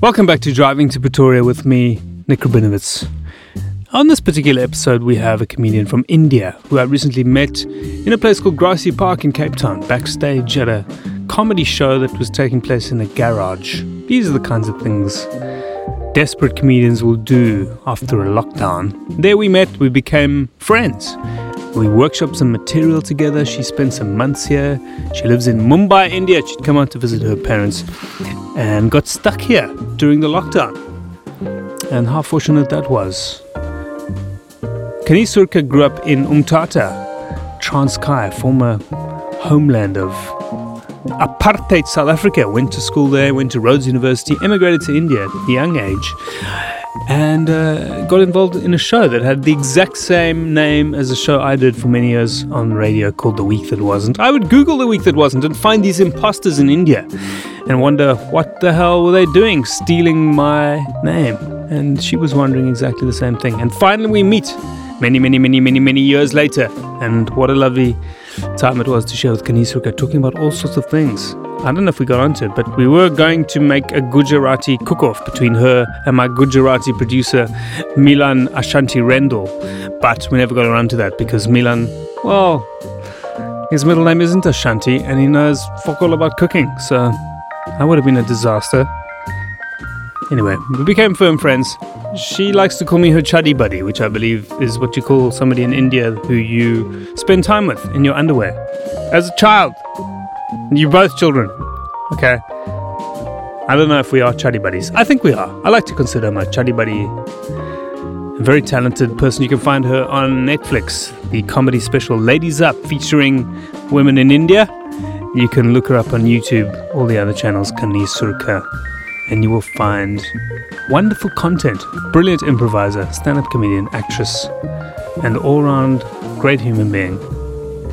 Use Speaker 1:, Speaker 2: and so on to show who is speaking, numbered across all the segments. Speaker 1: Welcome back to Driving to Pretoria with me, Nick Rabinowitz. On this particular episode, we have a comedian from India who I recently met in a place called Grassy Park in Cape Town, backstage at a comedy show that was taking place in a garage. These are the kinds of things desperate comedians will do after a lockdown. There we met, we became friends. We workshopped some material together. She spent some months here. She lives in Mumbai, India. She'd come out to visit her parents and got stuck here during the lockdown. And how fortunate that was. Kanisurka grew up in Umtata, Transkei, former homeland of apartheid South Africa. Went to school there, went to Rhodes University, emigrated to India at a young age, and uh, got involved in a show that had the exact same name as a show I did for many years on radio called The Week That Wasn't. I would Google The Week That Wasn't and find these imposters in India and wonder what the hell were they doing stealing my name. And she was wondering exactly the same thing. And finally, we meet many, many, many, many, many years later. And what a lovely time it was to share with Kanisuka, talking about all sorts of things. I don't know if we got onto it, but we were going to make a Gujarati cook off between her and my Gujarati producer, Milan Ashanti Rendel. But we never got around to that because Milan, well, his middle name isn't Ashanti and he knows fuck all about cooking, so that would have been a disaster. Anyway, we became firm friends. She likes to call me her chuddy buddy, which I believe is what you call somebody in India who you spend time with in your underwear. As a child. You both children. Okay. I don't know if we are chuddy buddies. I think we are. I like to consider my chuddy buddy a very talented person. You can find her on Netflix, the comedy special Ladies Up featuring women in India. You can look her up on YouTube, all the other channels, Kani Surka, and you will find wonderful content. Brilliant improviser, stand up comedian, actress, and all round great human being.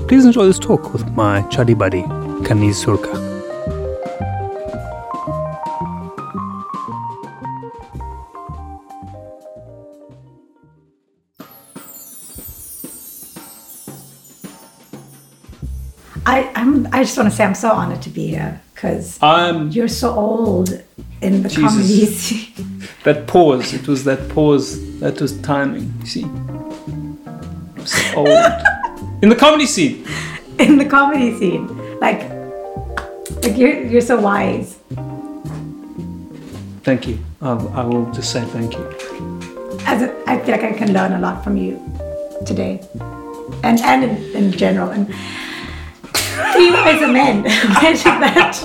Speaker 1: Please enjoy this talk with my chuddy buddy, Kani Surka.
Speaker 2: I, I'm, I just want to say I'm so honored to be here because
Speaker 1: Um,
Speaker 2: you're so old in the
Speaker 1: Jesus.
Speaker 2: comedies.
Speaker 1: that pause, it was that pause, that was timing, you see? So old. In the comedy scene.
Speaker 2: in the comedy scene. Like, like you're, you're so wise.
Speaker 1: Thank you. I'll, I will just say thank you.
Speaker 2: As a, I feel like I can learn a lot from you today, and and in, in general. And three wise men. Where did that?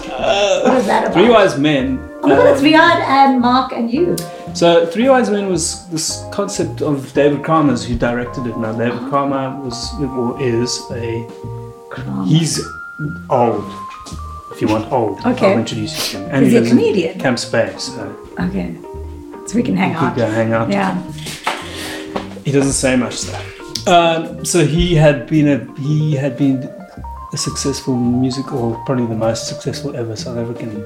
Speaker 2: What is that about?
Speaker 1: Three Wise Men.
Speaker 2: Oh my God, it's
Speaker 1: um,
Speaker 2: Riyadh and Mark and you.
Speaker 1: so Three Wise Men was this concept of David Kramer's who directed it. Now David
Speaker 2: Ah.
Speaker 1: Kramer was or is a
Speaker 2: Crumb.
Speaker 1: he's old. If you want old,
Speaker 2: Okay.
Speaker 1: I'll introduce you to him. And
Speaker 2: Is he a
Speaker 1: lives in
Speaker 2: comedian?
Speaker 1: Camp Spain, so
Speaker 2: Okay, so we can hang
Speaker 1: we
Speaker 2: out.
Speaker 1: go hang out.
Speaker 2: Yeah.
Speaker 1: He doesn't say much though. Um, so he had been a he had been a successful musical, probably the most successful ever South African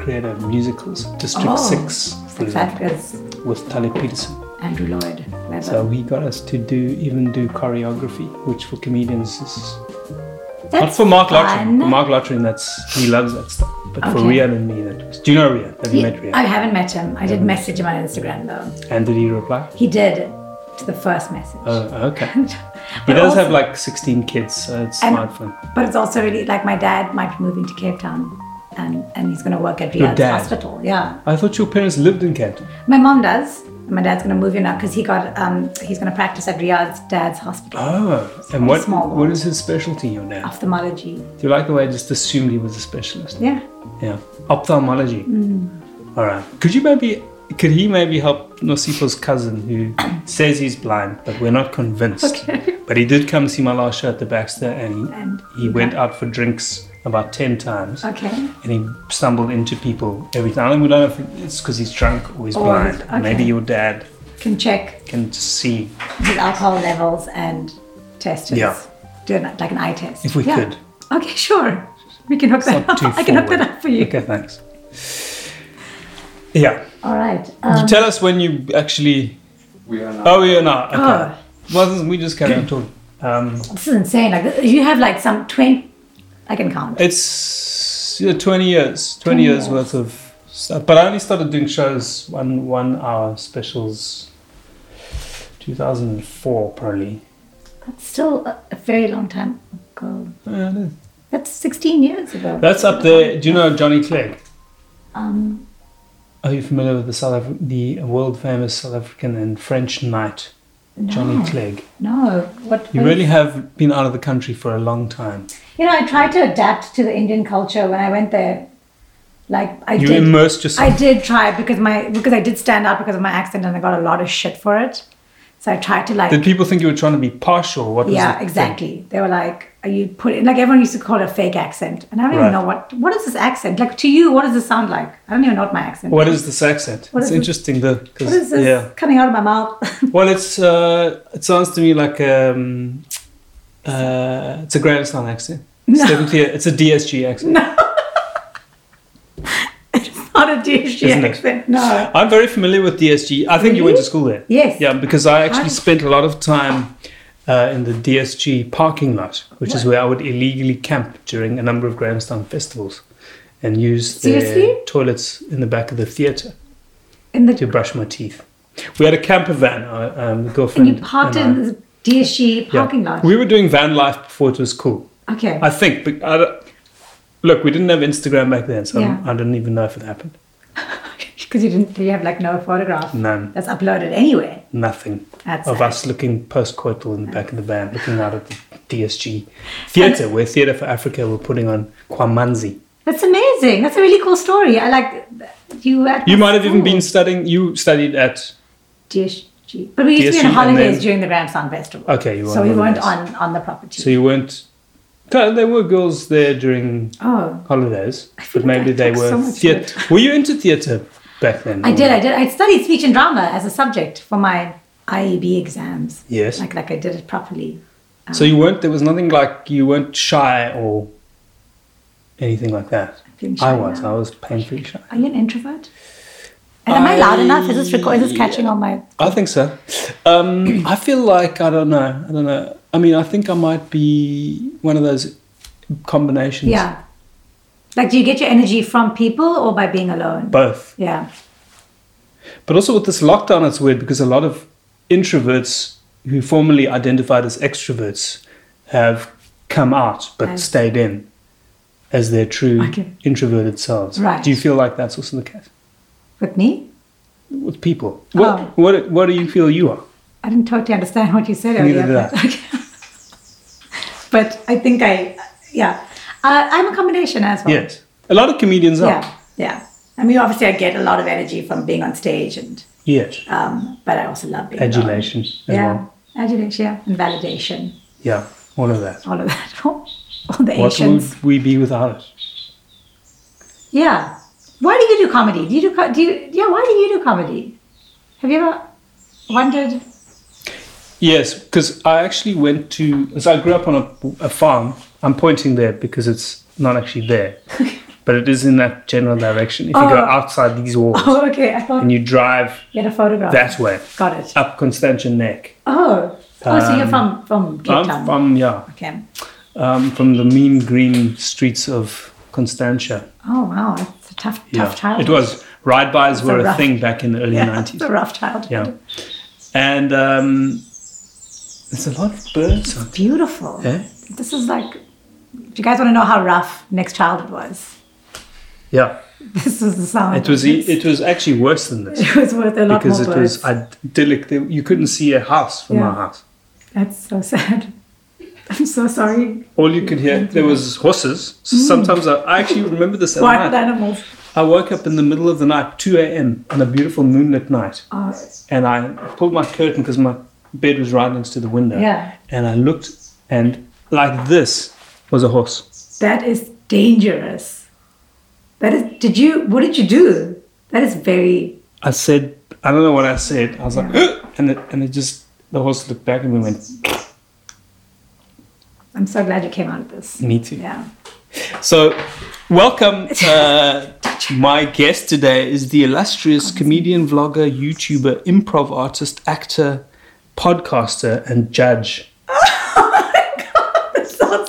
Speaker 1: creator of musicals. District
Speaker 2: Oh,
Speaker 1: Six, for
Speaker 2: That
Speaker 1: example,
Speaker 2: was
Speaker 1: with Tully Peterson.
Speaker 2: Andrew Lloyd. Webber.
Speaker 1: So he got us to do even do choreography, which for comedians is not
Speaker 2: That's
Speaker 1: for Mark
Speaker 2: fun.
Speaker 1: Lotrin. For Mark Lotrin, that's he loves that stuff. But for
Speaker 2: Okay.
Speaker 1: Riyad and me, that was. Do you know Riyad? Have you met
Speaker 2: I
Speaker 1: Riyad?
Speaker 2: haven't met him. I did message him on Instagram though.
Speaker 1: And did he reply?
Speaker 2: He did to the first message.
Speaker 1: Oh, okay.
Speaker 2: But
Speaker 1: He does
Speaker 2: also-
Speaker 1: have like 16 kids, so it's
Speaker 2: And-
Speaker 1: smart fun.
Speaker 2: But it's also really like my dad might be moving to Cape Town, and and he's going to work at
Speaker 1: Your
Speaker 2: Riyadh's
Speaker 1: dad?
Speaker 2: hospital. Yeah,
Speaker 1: I thought your parents lived in Canton.
Speaker 2: my mom does. My dad's going to move here now because he got um he's going to practice at Riyadh's dad's hospital.
Speaker 1: Oh, and what
Speaker 2: Small
Speaker 1: what is his specialty, your dad?
Speaker 2: Ophthalmology.
Speaker 1: Do you like the way I just assumed he was a specialist?
Speaker 2: Yeah.
Speaker 1: Yeah. Ophthalmology.
Speaker 2: Mm.
Speaker 1: All right. Could you maybe, could he maybe help Nosipo's cousin who says he's blind, but we're not convinced?
Speaker 2: Okay.
Speaker 1: But he did come see my last show at the Baxter and he,
Speaker 2: And-
Speaker 1: he went out for drinks about 10 times
Speaker 2: Okay.
Speaker 1: and he stumbled into people every time. And we don't know if it's because he's drunk or he's
Speaker 2: Or
Speaker 1: blind.
Speaker 2: he's- okay.
Speaker 1: Maybe your dad
Speaker 2: Can check
Speaker 1: can see
Speaker 2: his alcohol levels and test his
Speaker 1: Yeah.
Speaker 2: do an, like an eye test.
Speaker 1: If we
Speaker 2: Yeah.
Speaker 1: could.
Speaker 2: Okay, sure. We can hook that
Speaker 1: not
Speaker 2: up.
Speaker 1: too
Speaker 2: I can hook that
Speaker 1: forward.
Speaker 2: up for you.
Speaker 1: Okay, thanks. Yeah.
Speaker 2: All right.
Speaker 1: You
Speaker 2: Um,
Speaker 1: tell us when you actually.
Speaker 3: We are now.
Speaker 1: Oh, we are not. Okay.
Speaker 2: oh,
Speaker 1: Wasn't we just carry on talking? Um,
Speaker 2: this is insane. Like you have like some twenty. I can count.
Speaker 1: it's yeah, 20 years, 20, years,
Speaker 2: years.
Speaker 1: worth of So, but I only started doing shows one one hour specials. 2004 probably.
Speaker 2: That's still a, a very long time ago.
Speaker 1: Yeah, it is.
Speaker 2: That's 16 years ago.
Speaker 1: That's up there. Do you know Johnny Clegg?
Speaker 2: Um,
Speaker 1: Are you familiar with the South Af- the world famous South African and French knight
Speaker 2: no,
Speaker 1: Johnny Clegg?
Speaker 2: No. What?
Speaker 1: You
Speaker 2: what-
Speaker 1: really have been out of the country for a long time.
Speaker 2: You know, I tried to adapt to the Indian culture when I went there. Like I
Speaker 1: You
Speaker 2: did.
Speaker 1: immersed yourself.
Speaker 2: I did try because my because I did stand out because of my accent and I got a lot of shit for it. So I tried to like
Speaker 1: Did people think you were trying to be partial? What was the
Speaker 2: yeah
Speaker 1: thing?
Speaker 2: exactly. They were like, "Are you putting like everyone used to call it a fake accent?" And I don't
Speaker 1: Right.
Speaker 2: even know what what is this accent like to you. What does this sound like? I don't even know what my accent.
Speaker 1: What is this accent?
Speaker 2: What
Speaker 1: it's
Speaker 2: is it?
Speaker 1: interesting, the
Speaker 2: What is this
Speaker 1: yeah.
Speaker 2: coming out of my mouth?
Speaker 1: Well, it's uh, it sounds to me like um, uh, it's a Grahamstown accent. It's
Speaker 2: No.
Speaker 1: definitely a, it's a DSG accent.
Speaker 2: Not a douche
Speaker 1: Isn't it?
Speaker 2: accent. No.
Speaker 1: I'm very familiar with DSG. I think you went to
Speaker 2: Really?
Speaker 1: school there.
Speaker 2: Yes.
Speaker 1: Yeah, because I actually
Speaker 2: Hi.
Speaker 1: spent a lot of time uh, in the DSG parking lot, which is where I would illegally camp during a number of Grahamstown festivals and use
Speaker 2: Seriously?
Speaker 1: the toilets in the back of the theatre
Speaker 2: In
Speaker 1: to
Speaker 2: the
Speaker 1: brush my teeth. We had a camper van, uh, um,
Speaker 2: and
Speaker 1: girlfriend.
Speaker 2: you parked
Speaker 1: and I-
Speaker 2: in the DSG
Speaker 1: Yeah.
Speaker 2: parking lot.
Speaker 1: We were doing van life before it was cool.
Speaker 2: Okay.
Speaker 1: I think. But I don't- look, we didn't have Instagram back then, so
Speaker 2: Yeah.
Speaker 1: I don't even know if it happened.
Speaker 2: Because you didn't, you have like no photograph
Speaker 1: None.
Speaker 2: that's uploaded anyway.
Speaker 1: Nothing
Speaker 2: That's
Speaker 1: of
Speaker 2: sad.
Speaker 1: us looking post-coital in the back of the van, looking out at the DSG theatre, where Theatre for Africa were putting on Kwamanzi.
Speaker 2: That's amazing. That's a really cool story. I like you. At
Speaker 1: You might have even been studying. You studied at
Speaker 2: DSG, but we used to be
Speaker 1: DSG
Speaker 2: on
Speaker 1: and
Speaker 2: holidays
Speaker 1: then-
Speaker 2: during the Ramsan Festival.
Speaker 1: okay. You were
Speaker 2: so
Speaker 1: on
Speaker 2: we
Speaker 1: one of
Speaker 2: weren't
Speaker 1: those.
Speaker 2: on on the property.
Speaker 1: So you weren't. no, There were girls there during
Speaker 2: oh,
Speaker 1: holidays,
Speaker 2: feel
Speaker 1: but
Speaker 2: like I
Speaker 1: maybe they
Speaker 2: took
Speaker 1: were
Speaker 2: so much
Speaker 1: theatre. Were you into theatre back then?
Speaker 2: I
Speaker 1: or
Speaker 2: did.
Speaker 1: not?
Speaker 2: I did. I studied speech and drama as a subject for my IEB exams.
Speaker 1: Yes.
Speaker 2: Like like I did it properly.
Speaker 1: So you weren't. There was nothing like you weren't shy or anything like that.
Speaker 2: feeling
Speaker 1: I
Speaker 2: shy
Speaker 1: was.
Speaker 2: now.
Speaker 1: I was painfully shy.
Speaker 2: Are you an introvert? And am I, loud
Speaker 1: I-
Speaker 2: enough? Is this record? Is this catching on my?
Speaker 1: I think so. Um, I feel like I don't know. I don't know. I mean, I think I might be one of those combinations.
Speaker 2: Yeah. Like, do you get your energy from people or by being alone?
Speaker 1: Both,
Speaker 2: yeah.
Speaker 1: but also with this lockdown, it's weird because a lot of introverts who formerly identified as extroverts have come out but
Speaker 2: As-
Speaker 1: stayed in as their true
Speaker 2: Okay.
Speaker 1: introverted selves.
Speaker 2: Right.
Speaker 1: Do you feel like that's also the case
Speaker 2: With me,
Speaker 1: with people? What
Speaker 2: Oh.
Speaker 1: what what do you feel you are?
Speaker 2: I didn't totally understand what you said
Speaker 1: Neither
Speaker 2: earlier.
Speaker 1: did
Speaker 2: but- okay. but I think I, yeah, uh, I'm a combination as well.
Speaker 1: Yes, a lot of comedians are.
Speaker 2: Yeah. Yeah. I mean, obviously, I get a lot of energy from being on stage, and
Speaker 1: Yes.
Speaker 2: um, but I also love being alone.
Speaker 1: adulation as
Speaker 2: Yeah.
Speaker 1: well.
Speaker 2: Adulation, yeah, and validation,
Speaker 1: Yeah, all of that.
Speaker 2: all of that, all the
Speaker 1: What
Speaker 2: Asians.
Speaker 1: would we be without it?
Speaker 2: Yeah. Why do you do comedy? Do you do, co- do you, yeah, why do you do comedy? Have you ever wondered?
Speaker 1: Yes, because I actually went to. So I grew up on a, a farm. I'm pointing there because it's not actually there, but it is in that general direction. If you go
Speaker 2: Oh.
Speaker 1: outside these walls
Speaker 2: Oh, okay. I thought
Speaker 1: and
Speaker 2: you
Speaker 1: you drive
Speaker 2: had a photograph.
Speaker 1: that way
Speaker 2: Got it.
Speaker 1: up Constantia Neck,
Speaker 2: Oh. Oh, so you're
Speaker 1: Um,
Speaker 2: from, from Cape Town.
Speaker 1: I'm from yeah,
Speaker 2: okay.
Speaker 1: um, from the mean green streets of Constantia.
Speaker 2: Oh, wow. That's a tough, tough
Speaker 1: Yeah,
Speaker 2: child.
Speaker 1: it was ride-bys
Speaker 2: a
Speaker 1: were a
Speaker 2: rough-
Speaker 1: thing back in the early
Speaker 2: Yeah,
Speaker 1: 90s.
Speaker 2: it's a rough childhood.
Speaker 1: Yeah. And um, there's a lot of birds. out
Speaker 2: Beautiful.
Speaker 1: there.
Speaker 2: This is like, do you guys want to know how rough next childhood was?
Speaker 1: Yeah.
Speaker 2: This is the sound.
Speaker 1: It was e,
Speaker 2: It's-
Speaker 1: it was actually worse than this
Speaker 2: It was worth a lot
Speaker 1: because it
Speaker 2: more
Speaker 1: was
Speaker 2: words.
Speaker 1: idyllic. There- You couldn't see a house from
Speaker 2: Yeah.
Speaker 1: our house.
Speaker 2: That's so sad. I'm so sorry.
Speaker 1: All you could
Speaker 2: Mm-hmm.
Speaker 1: hear there was horses. So
Speaker 2: Mm.
Speaker 1: Sometimes I, I actually remember this. At
Speaker 2: Wild
Speaker 1: night.
Speaker 2: animals.
Speaker 1: I woke up in the middle of the night, two a.m. on a beautiful moonlit night,
Speaker 2: Oh,
Speaker 1: and I pulled my curtain because my bed was right next to the window.
Speaker 2: Yeah.
Speaker 1: And I looked, and like this was a horse.
Speaker 2: that is dangerous. That is. Did you? What did you do? That is very.
Speaker 1: I said, I don't know what I said. I was like, and it, and it just the horse looked back at me and went,
Speaker 2: I'm so glad you came out of this.
Speaker 1: me too.
Speaker 2: Yeah.
Speaker 1: So, welcome. Uh, my guest today is the illustrious comedian, vlogger, YouTuber, improv artist, actor,
Speaker 2: Oh
Speaker 1: podcaster, and judge.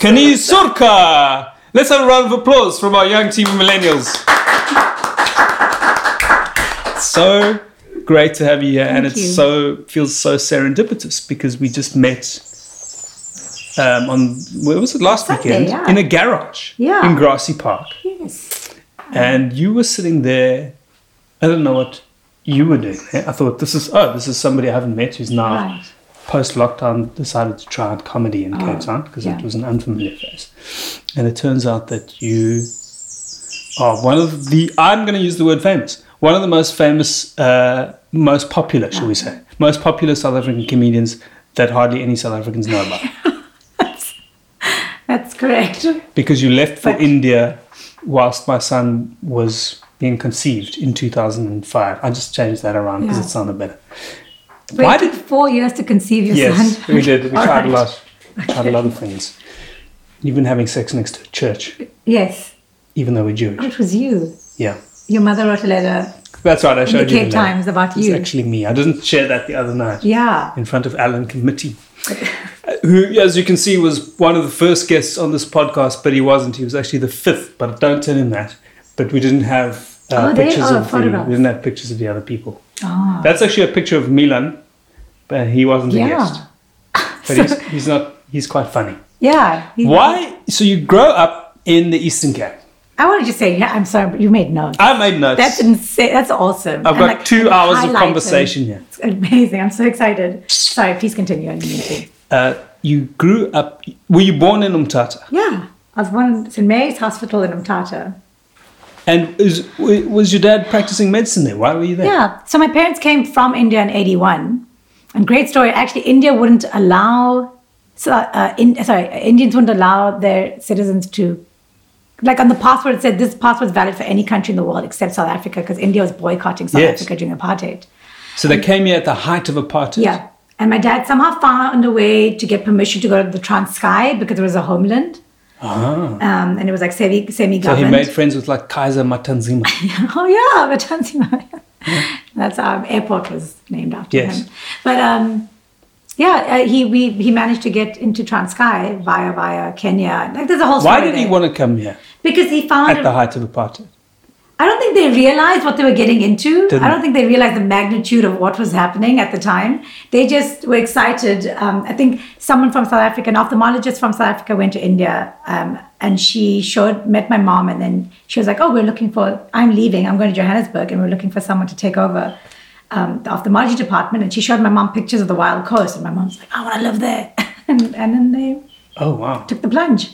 Speaker 1: Kani Surka! Let's have a round of applause from our young team of millennials. so great to have you here, and it's
Speaker 2: you.
Speaker 1: so feels so serendipitous because we just met um, on where was it last
Speaker 2: Sunday,
Speaker 1: weekend
Speaker 2: yeah.
Speaker 1: in a garage
Speaker 2: Yeah.
Speaker 1: in Grassy Park,
Speaker 2: Yes.
Speaker 1: and you were sitting there. I don't know what you were doing. there. I thought this is oh, this is somebody I haven't met who's now
Speaker 2: Right. Oh,
Speaker 1: post lockdown decided to try out comedy in Cape Town because
Speaker 2: yeah.
Speaker 1: it was an unfamiliar face. And it turns out that you are one of the I'm going to use the word famous one of the most famous, uh, most popular, shall we say, most popular South African comedians that hardly any South Africans know about
Speaker 2: That's correct.
Speaker 1: because you left for
Speaker 2: But-
Speaker 1: India whilst my son was being conceived in 2005. I just changed that around because
Speaker 2: Yeah.
Speaker 1: it sounded better.
Speaker 2: Wait,
Speaker 1: Why
Speaker 2: it took
Speaker 1: did-
Speaker 2: four years to conceive your
Speaker 1: Yes,
Speaker 2: son?
Speaker 1: we did. We
Speaker 2: All
Speaker 1: tried a
Speaker 2: right.
Speaker 1: lot. Tried a lot of things. You've been having sex next to a church,
Speaker 2: Yes.
Speaker 1: even though we're
Speaker 2: Oh,
Speaker 1: Jewish.
Speaker 2: It was you.
Speaker 1: Yeah.
Speaker 2: Your mother wrote a letter
Speaker 1: That's right, I
Speaker 2: in the
Speaker 1: showed you.
Speaker 2: Cape
Speaker 1: the letter.
Speaker 2: Times about
Speaker 1: It's
Speaker 2: you.
Speaker 1: actually me. I didn't share that the other night
Speaker 2: yeah.
Speaker 1: in front of Alan Committee, who, as you can see, was one of the first guests on this podcast, but he wasn't. He was actually the fifth, but don't tell him that. But we didn't have uh,
Speaker 2: Oh, they-
Speaker 1: pictures
Speaker 2: oh,
Speaker 1: of the,
Speaker 2: photographs.
Speaker 1: we didn't have pictures of the other people.
Speaker 2: Oh.
Speaker 1: That's actually a picture of Milan, but he wasn't a
Speaker 2: Yeah.
Speaker 1: guest. But he's, he's not. He's quite funny.
Speaker 2: Yeah. He-
Speaker 1: Why? So you grow up in the Eastern Cape.
Speaker 2: I want to just say, yeah, I'm sorry, but you made notes.
Speaker 1: I made notes.
Speaker 2: That's insane. That's awesome.
Speaker 1: I've
Speaker 2: And,
Speaker 1: got
Speaker 2: like,
Speaker 1: two
Speaker 2: and
Speaker 1: hours of
Speaker 2: highlights
Speaker 1: conversation here.
Speaker 2: and- It's amazing. I'm so excited. Sorry, please continue. I didn't mean to.
Speaker 1: Uh, you grew up. Were you born in Umtata?
Speaker 2: Yeah. I was born in St. Mary's Hospital in Umtata.
Speaker 1: And is, w- was your dad practicing medicine there? Why were you there?
Speaker 2: Yeah. So my parents came from India in 81. And great story. Actually, India wouldn't allow, so, uh, in, sorry, Indians wouldn't allow their citizens to, like on the passport, it said this passport is valid for any country in the world except South Africa because India was boycotting South
Speaker 1: Yes.
Speaker 2: Africa during apartheid.
Speaker 1: So they came here at the height of apartheid.
Speaker 2: Yeah. And my dad somehow found a way to get permission to go to the Transkei because there was a homeland.
Speaker 1: Ah.
Speaker 2: Um, and it was like semi semi
Speaker 1: So he
Speaker 2: government.
Speaker 1: made friends with like Kaiser Matanzima.
Speaker 2: oh yeah, the Tanzania. That's our airport was named after
Speaker 1: Yes.
Speaker 2: him. But um, yeah, uh, he we he managed to get into Transkei via via Kenya. Like there's a whole.
Speaker 1: Why
Speaker 2: story
Speaker 1: did he
Speaker 2: there.
Speaker 1: want to come here
Speaker 2: Because he found.
Speaker 1: at the
Speaker 2: I
Speaker 1: height of apartheid?
Speaker 2: I don't think they realized what they were getting into.
Speaker 1: Didn't.
Speaker 2: I don't think they realized the magnitude of what was happening at the time. They just were excited. Um, I think someone from South Africa, an ophthalmologist from South Africa, went to India, um, and she showed met my mom, and then she was like, "Oh, we're looking for. I'm leaving. I'm going to Johannesburg, and we're looking for someone to take over." Um, the ophthalmology department, and she showed my mom pictures of the wild coast, and my mom's like, "Oh, "I want to live there," and, and then they
Speaker 1: Oh wow!
Speaker 2: took the plunge.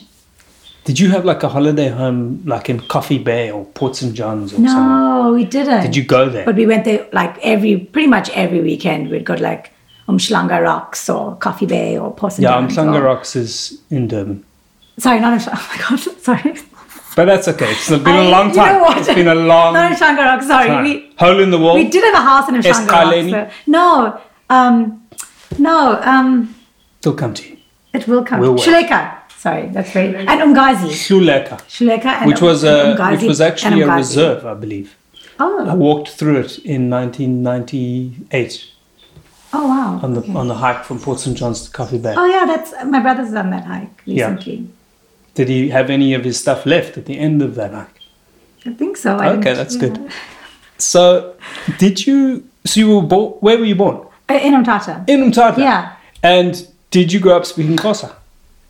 Speaker 1: Did you have like a holiday home, like in Coffee Bay or Port St John's or something?
Speaker 2: No, we didn't.
Speaker 1: Did you go there?
Speaker 2: But we went there like every, pretty much every weekend. We'd go to like Umshlanga Rocks or Coffee Bay or Porcelain.
Speaker 1: Yeah, Umhlanga Rocks is in Durban,
Speaker 2: Sorry, not Umshlanga. Oh my God, sorry.
Speaker 1: but that's okay. It's been a
Speaker 2: I-
Speaker 1: long
Speaker 2: you know
Speaker 1: time.
Speaker 2: what?
Speaker 1: It's been a long
Speaker 2: Not Umshlanga Rocks. Sorry,
Speaker 1: time. Oh,
Speaker 2: we
Speaker 1: Hole in the wall.
Speaker 2: we did have a house in Umshlanga Rocks.
Speaker 1: Eskaleni?
Speaker 2: So. No, um, no, um,
Speaker 1: They'll come to you.
Speaker 2: it will come.
Speaker 1: We'll wait.
Speaker 2: Shuleka. Sorry, that's very and Umgazi.
Speaker 1: Hluleka,
Speaker 2: Shuleka and
Speaker 1: which was
Speaker 2: and
Speaker 1: a,
Speaker 2: Umgazi
Speaker 1: which was
Speaker 2: and
Speaker 1: actually a
Speaker 2: Umgazi.
Speaker 1: reserve, I believe. I
Speaker 2: Oh,
Speaker 1: walked through it in 1998
Speaker 2: oh wow.
Speaker 1: on the
Speaker 2: Okay.
Speaker 1: on the hike from Port St John's to Coffee Bay.
Speaker 2: Oh yeah, that's my brother's done that hike recently.
Speaker 1: Did he have any of his stuff left at the end of that hike?
Speaker 2: I think so. I
Speaker 1: Okay,
Speaker 2: didn't-
Speaker 1: that's
Speaker 2: yeah.
Speaker 1: good. So, did you? So you were born. Where were you born?
Speaker 2: Uh, In Umtata.
Speaker 1: In Umtata.
Speaker 2: Yeah.
Speaker 1: And did you grow up speaking Xhosa?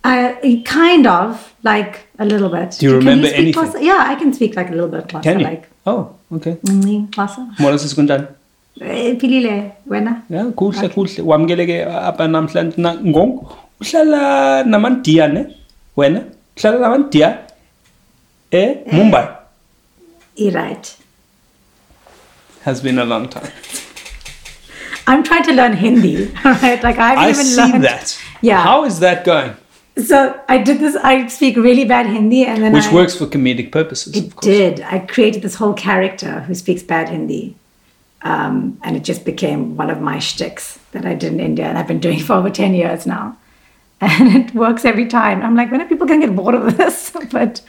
Speaker 2: I kind of like a little bit.
Speaker 1: Do you
Speaker 2: Can
Speaker 1: remember
Speaker 2: speak
Speaker 1: anything?
Speaker 2: Xhosa? Yeah, I can speak like a little bit Xhosa.
Speaker 1: Can you?
Speaker 2: Like,
Speaker 1: Oh, okay.
Speaker 2: mm, Xhosa.
Speaker 1: Molo sesikunjani?
Speaker 2: Eh, Philile wena.
Speaker 1: Yeah, kuhle kuhle. Wamkeleke apha namhlanje na ngongo. Uhlala namandiya ne? Wena? Uhlala namandiya? Eh, Mumbai.
Speaker 2: You're right.
Speaker 1: Has been a long time.
Speaker 2: I'm trying to learn Hindi. All right, like I haven't
Speaker 1: I
Speaker 2: even
Speaker 1: see
Speaker 2: learned
Speaker 1: that.
Speaker 2: Yeah.
Speaker 1: How is that going?
Speaker 2: So I did this. I speak really bad Hindi, and then
Speaker 1: Which
Speaker 2: I
Speaker 1: works for comedic purposes, of
Speaker 2: it
Speaker 1: course.
Speaker 2: did. I created this whole character who speaks bad Hindi, um, and it just became one of my shticks that I did in India, and I've been doing for over ten years now, and it works every time. I'm like, when are people gonna get bored of this? but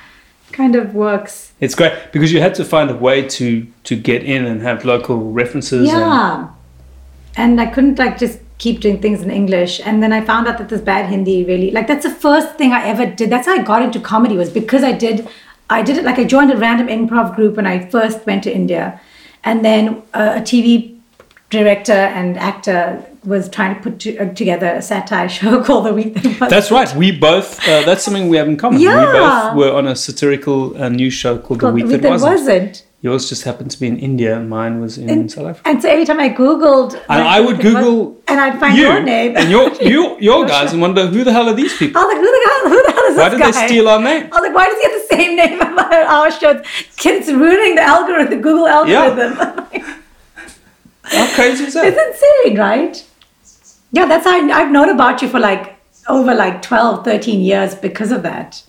Speaker 2: kind of works.
Speaker 1: It's great because you had to find a way to to get in and have local references. and-
Speaker 2: Yeah. And I couldn't like just keep doing things in English. And then I found out that this bad Hindi really like that's the first thing I ever did. That's how I got into comedy was because I did I did it like I joined a random improv group when I first went to India, and then uh, a TV director and actor was trying to put to, uh, together a satire show called The Week. That Was.
Speaker 1: That's right. We both. Uh, that's something we have in common. We
Speaker 2: Yeah.
Speaker 1: both were on a satirical uh, news show called,
Speaker 2: called
Speaker 1: The Week That,
Speaker 2: Wasn't.
Speaker 1: wasn't. Yours just happened to be in India, and mine was in South Africa.
Speaker 2: And so every time I Googled,
Speaker 1: And
Speaker 2: like,
Speaker 1: I would
Speaker 2: it was-
Speaker 1: Google
Speaker 2: and I'd find
Speaker 1: you
Speaker 2: your name.
Speaker 1: and your you your guys and wonder who the hell are these people?
Speaker 2: I was like, who the hell, who the hell is
Speaker 1: Why
Speaker 2: this
Speaker 1: did they
Speaker 2: guy?
Speaker 1: steal our name?
Speaker 2: I was like, why does he have the same name on our shows? Kids ruining the algorithm, the Google algorithm.
Speaker 1: How crazy is that?
Speaker 2: it's insane, right? Yeah, that's how I, I've known about you for like over like 12, 13 years because of that.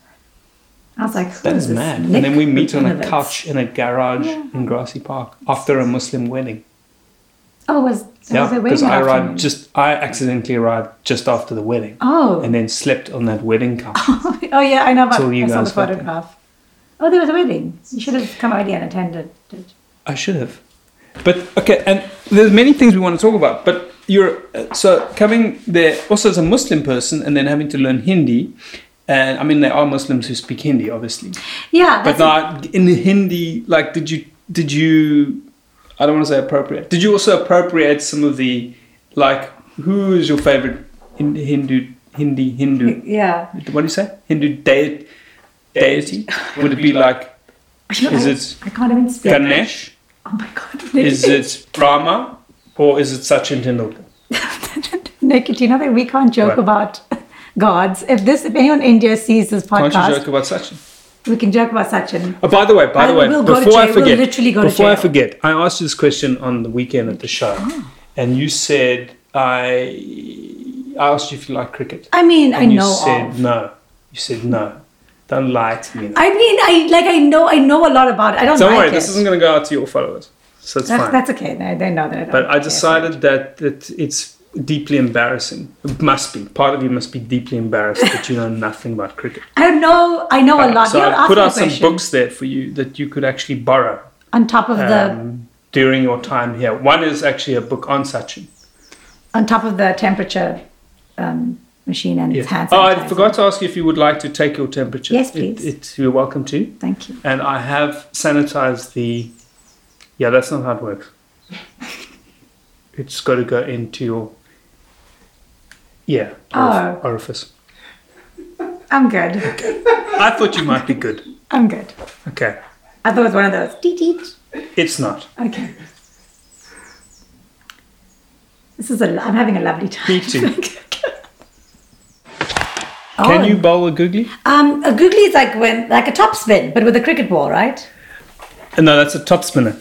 Speaker 2: I was like, who
Speaker 1: That is
Speaker 2: this
Speaker 1: mad.
Speaker 2: Nick
Speaker 1: And then we meet on a
Speaker 2: Gunnovitz?
Speaker 1: couch in a garage in Grassy Park after a Muslim wedding.
Speaker 2: Oh, was there
Speaker 1: Yeah,
Speaker 2: was a
Speaker 1: because
Speaker 2: wedding
Speaker 1: I arrived
Speaker 2: afternoon.
Speaker 1: just I accidentally arrived just after the wedding
Speaker 2: Oh.
Speaker 1: and then slept on that wedding couch.
Speaker 2: oh yeah, I know about.
Speaker 1: Till you
Speaker 2: I saw the
Speaker 1: guys got there.
Speaker 2: photograph. Oh, there was a wedding. You should have come early and attended. it.
Speaker 1: I should have. But okay, and there's many things we want to talk about. But you're uh, so coming there also as a Muslim person, and then having to learn Hindi. And I mean, there are Muslims who speak Hindi, obviously.
Speaker 2: Yeah,
Speaker 1: But
Speaker 2: that's
Speaker 1: not in Hindi. Like, did you did you? I don't want to say appropriate. Did you also appropriate some of the like? Who is your favorite Hin- Hindu Hindi Hindu?
Speaker 2: yeah.
Speaker 1: What do you say? Hindu dei- deity? Would it be like? Is it
Speaker 2: I can't even speak.
Speaker 1: Ganesh?
Speaker 2: Oh my god,
Speaker 1: Is it Brahma or is it Sachin Tendulkar?
Speaker 2: Nick, do you know that we can't joke
Speaker 1: What?
Speaker 2: about gods? If this, if anyone in India sees this
Speaker 1: Can't you joke
Speaker 2: podcast,
Speaker 1: about Sachin?
Speaker 2: we can joke about Sachin.
Speaker 1: Oh, by the way, by the
Speaker 2: I
Speaker 1: way,
Speaker 2: will go to
Speaker 1: before I
Speaker 2: jail. We'll
Speaker 1: forget,
Speaker 2: literally go to
Speaker 1: before I
Speaker 2: jail. Ah.
Speaker 1: forget, I asked you this question on the weekend at the show, and you said I, I asked you if you like cricket,
Speaker 2: I mean,
Speaker 1: and
Speaker 2: I
Speaker 1: you
Speaker 2: know.
Speaker 1: said
Speaker 2: of.
Speaker 1: no. You said no. Don't lie to me. Now.
Speaker 2: I mean, I like. I know. I know a lot about it. I don't.
Speaker 1: Don't
Speaker 2: like
Speaker 1: worry,
Speaker 2: it.
Speaker 1: this isn't going to go out to your followers, so it's
Speaker 2: that's,
Speaker 1: fine.
Speaker 2: that's okay. They, they know that. I don't
Speaker 1: but I
Speaker 2: care.
Speaker 1: decided that that it's deeply embarrassing. It must be part of you must be deeply embarrassed that you know nothing about cricket.
Speaker 2: I know. I know a lot.
Speaker 1: So
Speaker 2: you
Speaker 1: I put out some
Speaker 2: books
Speaker 1: books there for you that you could actually borrow
Speaker 2: on top of the
Speaker 1: um, during your time here. One is actually a book on Sachin.
Speaker 2: on top of the temperature um, machine and its hand
Speaker 1: Oh, I
Speaker 2: sanitizer.
Speaker 1: forgot to ask you if you would like to take your temperature.
Speaker 2: Yes,
Speaker 1: It-
Speaker 2: please.
Speaker 1: it, you're welcome to.
Speaker 2: Thank you.
Speaker 1: And I have sanitized the. Yeah, that's not how it works. It's got to go into your. Yeah,
Speaker 2: Oh.
Speaker 1: orif- orifice.
Speaker 2: I'm good.
Speaker 1: I thought you might be good.
Speaker 2: I'm good.
Speaker 1: Okay,
Speaker 2: I thought it was one of those. Teet, teet.
Speaker 1: it's not.
Speaker 2: Okay. This is a. lo- I'm having a lovely time.
Speaker 1: Me too.
Speaker 2: Oh,
Speaker 1: Can you bowl a googly?
Speaker 2: Um, a googly is like when like a topspin, but with a cricket ball, right?
Speaker 1: No, that's a top spinner.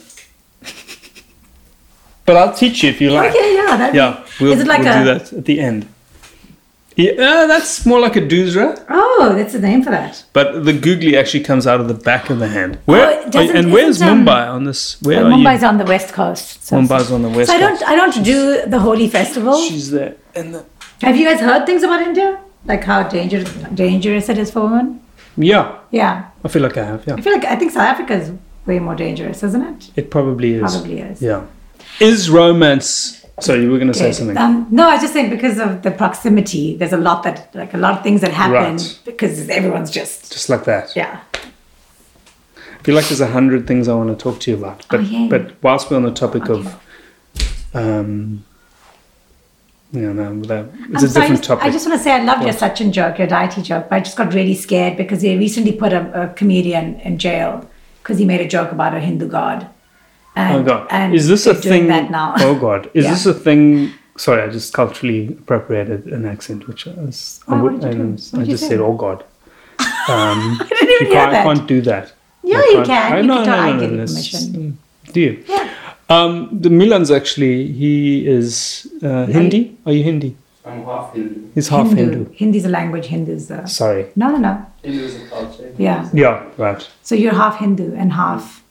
Speaker 1: but I'll teach you if you like.
Speaker 2: Okay, yeah. That,
Speaker 1: Yeah, we'll,
Speaker 2: is it like
Speaker 1: we'll
Speaker 2: a?
Speaker 1: do that at the end. Yeah, uh, that's more like a doosra,
Speaker 2: Oh, that's the name for that.
Speaker 1: but the googly actually comes out of the back of the hand. Where oh,
Speaker 2: Oh, it doesn't-
Speaker 1: and where's
Speaker 2: isn't, um,
Speaker 1: Mumbai on this? Where
Speaker 2: Well,
Speaker 1: are
Speaker 2: Mumbai's on the west coast. So
Speaker 1: Mumbai's on the west
Speaker 2: So I don't. I don't do the holy festival.
Speaker 1: you? She's there. And the,
Speaker 2: Have you guys heard things about India? Like how dangerous dangerous it is for women?
Speaker 1: yeah,
Speaker 2: Yeah.
Speaker 1: I feel like I have. Yeah,
Speaker 2: I feel like I think South Africa is way more dangerous, isn't it?
Speaker 1: it probably is.
Speaker 2: Probably is.
Speaker 1: Yeah, is romance? Sorry, you were going to say something.
Speaker 2: Um, no, I just think because of the proximity, there's a lot that like a lot of things that happen
Speaker 1: Right.
Speaker 2: because everyone's just
Speaker 1: Just like that.
Speaker 2: yeah.
Speaker 1: I feel like there's a hundred things I want to talk to you about, but
Speaker 2: yeah.
Speaker 1: but whilst we're on the topic of, um, yeah, no, that- it's
Speaker 2: I'm
Speaker 1: a
Speaker 2: sorry, I
Speaker 1: different
Speaker 2: just,
Speaker 1: topic.
Speaker 2: I just want to say I loved your Sachin joke, your deity joke, but I just got really scared because they recently put a, a comedian in jail because he made a joke about a Hindu god. And,
Speaker 1: Oh god!
Speaker 2: and
Speaker 1: is this
Speaker 2: they're
Speaker 1: a
Speaker 2: um, doing
Speaker 1: thing?
Speaker 2: that now?
Speaker 1: Oh god! Is
Speaker 2: Yeah.
Speaker 1: this a thing? Sorry, I just culturally appropriated an accent, which I, was, I,
Speaker 2: Why, what
Speaker 1: would,
Speaker 2: did Oh,
Speaker 1: I,
Speaker 2: you do? What
Speaker 1: I
Speaker 2: did you
Speaker 1: just
Speaker 2: say?
Speaker 1: said, "Oh god." Um,
Speaker 2: I didn't even
Speaker 1: you
Speaker 2: hear
Speaker 1: can't, I
Speaker 2: that.
Speaker 1: can't do that.
Speaker 2: Yeah,
Speaker 1: I
Speaker 2: you
Speaker 1: can't-
Speaker 2: can.
Speaker 1: I,
Speaker 2: You
Speaker 1: no, no,
Speaker 2: can tell- I
Speaker 1: no,
Speaker 2: give
Speaker 1: no,
Speaker 2: you
Speaker 1: that's-
Speaker 2: permission.
Speaker 1: Do you?
Speaker 2: Yeah.
Speaker 1: Um, the Milan's actually. He is uh, Hindi. Are you Hindi?
Speaker 3: I'm half Hindu.
Speaker 1: He's half Hindu.
Speaker 2: Hindu. Hindi's a language. Hindu's a
Speaker 1: Sorry.
Speaker 2: no, no, no.
Speaker 3: Hindu is a culture.
Speaker 2: Yeah.
Speaker 1: Yeah. Right.
Speaker 2: So you're half Hindu and half.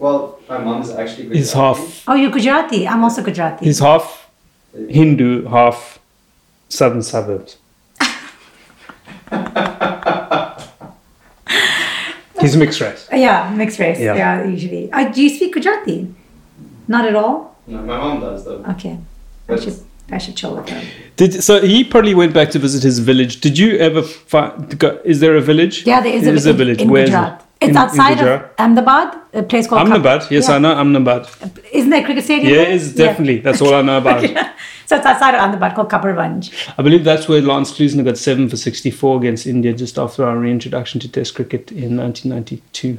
Speaker 3: Well, my mom's actually Gujarati.
Speaker 1: He's half.
Speaker 2: Oh, you're Gujarati. I'm also Gujarati.
Speaker 1: He's half Hindu, half southern suburbs. He's mixed race.
Speaker 2: yeah, mixed race.
Speaker 1: Yeah.
Speaker 2: Yeah, usually. Uh, do you speak Gujarati? Not at all.
Speaker 3: No, my mom does though.
Speaker 2: Okay. I
Speaker 3: But
Speaker 2: should- I should chill with him.
Speaker 1: Did so? He probably went back to visit his village. Did you ever find? Is there a village?
Speaker 2: Yeah, there is,
Speaker 1: There
Speaker 2: a, village. In,
Speaker 1: Where is
Speaker 2: Gujarat.
Speaker 1: it?
Speaker 2: It's
Speaker 1: In- in
Speaker 2: outside
Speaker 1: Gujarat?
Speaker 2: of Ahmedabad, a place called Kap-
Speaker 1: Amnabat. Yes,
Speaker 2: Yeah.
Speaker 1: I know Amnabat.
Speaker 2: Isn't there a cricket stadium?
Speaker 1: Yeah,
Speaker 2: there?
Speaker 1: it's definitely. That's all I know about it.
Speaker 2: So it's outside of Ahmedabad called Kabarvanj.
Speaker 1: I believe that's where Lance Klusener got seven for 64 against India just after our reintroduction to Test cricket in 1992.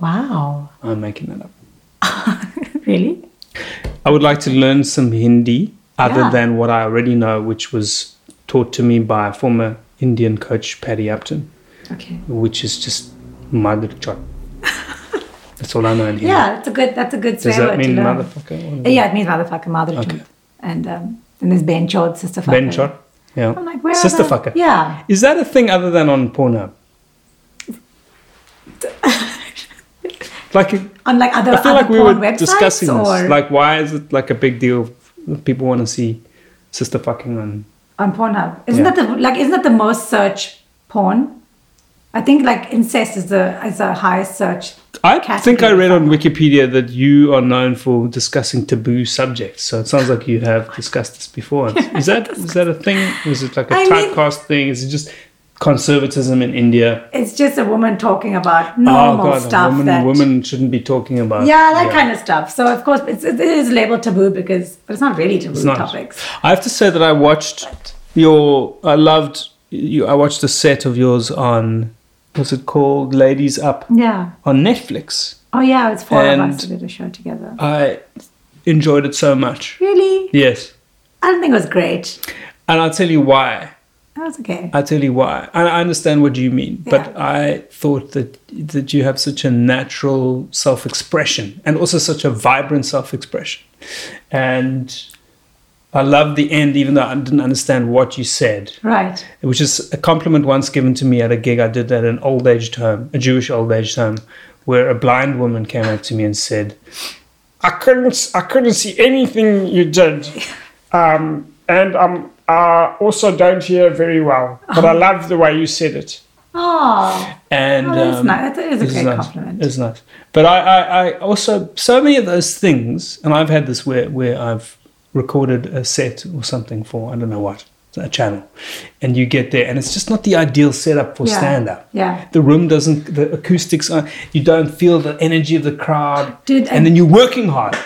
Speaker 2: Wow.
Speaker 1: I'm making that up.
Speaker 2: really?
Speaker 1: I would like to learn some Hindi other
Speaker 2: Yeah.
Speaker 1: than what I already know, which was taught to me by former Indian coach Paddy Upton,
Speaker 2: Okay.
Speaker 1: which is just mother chot. That's all I know in Hindi.
Speaker 2: Yeah, it's a good that's a good
Speaker 1: Does
Speaker 2: swear
Speaker 1: that
Speaker 2: word
Speaker 1: mean
Speaker 2: to learn.
Speaker 1: motherfucker?
Speaker 2: Uh, Yeah, it means motherfucker, mother
Speaker 1: Okay.
Speaker 2: truth. And um, and there's Ben Chod, sister fucker.
Speaker 1: Ben chot? Yeah.
Speaker 2: I'm like, where are
Speaker 1: Sister
Speaker 2: the-
Speaker 1: fucker.
Speaker 2: Yeah.
Speaker 1: Is that a thing other than on Pornhub? like, I
Speaker 2: On like other,
Speaker 1: feel
Speaker 2: other
Speaker 1: like we were
Speaker 2: porn websites
Speaker 1: discussing
Speaker 2: or
Speaker 1: this. Like, why is it like a big deal? that People want to see sister fucking on.
Speaker 2: on Pornhub. Isn't
Speaker 1: Yeah.
Speaker 2: that the like isn't that the most search porn? I think like incest is the is the highest search.
Speaker 1: I
Speaker 2: category.
Speaker 1: think I read on Wikipedia that you are known for discussing taboo subjects. So it sounds like you have discussed this before. Is that is that a thing? Is it like a
Speaker 2: I mean-
Speaker 1: typecast thing? Is it just conservatism in India?
Speaker 2: It's just a woman talking about
Speaker 1: Oh,
Speaker 2: normal stuff
Speaker 1: women,
Speaker 2: that
Speaker 1: women shouldn't be talking about.
Speaker 2: Yeah, that kind of stuff. So of course, it's, it is labeled taboo because, but it's not really taboo
Speaker 1: It's not.
Speaker 2: topics.
Speaker 1: I have to say that I watched your. I loved you. I watched a set of yours on. What's it called? Ladies Up
Speaker 2: Yeah.
Speaker 1: on Netflix.
Speaker 2: Oh yeah, it's four of
Speaker 1: And-
Speaker 2: us who did a show together.
Speaker 1: I enjoyed it so much.
Speaker 2: Really?
Speaker 1: Yes,
Speaker 2: I don't think it was great.
Speaker 1: and I'll tell you why.
Speaker 2: That was okay.
Speaker 1: I tell you why. And I understand what you mean, but I thought that that you have such a natural self-expression and also such a vibrant self-expression. And I love the end, even though I didn't understand what you said,
Speaker 2: right.
Speaker 1: which is a compliment once given to me at a gig I did at an old aged home, a Jewish old aged home, where a blind woman came up to me and said,
Speaker 4: I couldn't I couldn't see anything you did, um, and um, I also don't hear very well. But I love the way you said it.
Speaker 2: Oh,
Speaker 1: And
Speaker 2: Oh, that's
Speaker 1: um,
Speaker 2: nice. That is a
Speaker 1: it's
Speaker 2: great
Speaker 1: nice.
Speaker 2: compliment.
Speaker 1: It's nice. But I, I, I also so many of those things, and I've had this where where I've recorded a set or something for I don't know what a channel, and you get there, and it's just not the ideal setup for
Speaker 2: Yeah.
Speaker 1: stand up.
Speaker 2: Yeah.
Speaker 1: The room doesn't, the acoustics are. You don't feel the energy of the crowd,
Speaker 2: Dude,
Speaker 1: and
Speaker 2: I-
Speaker 1: then you're working hard.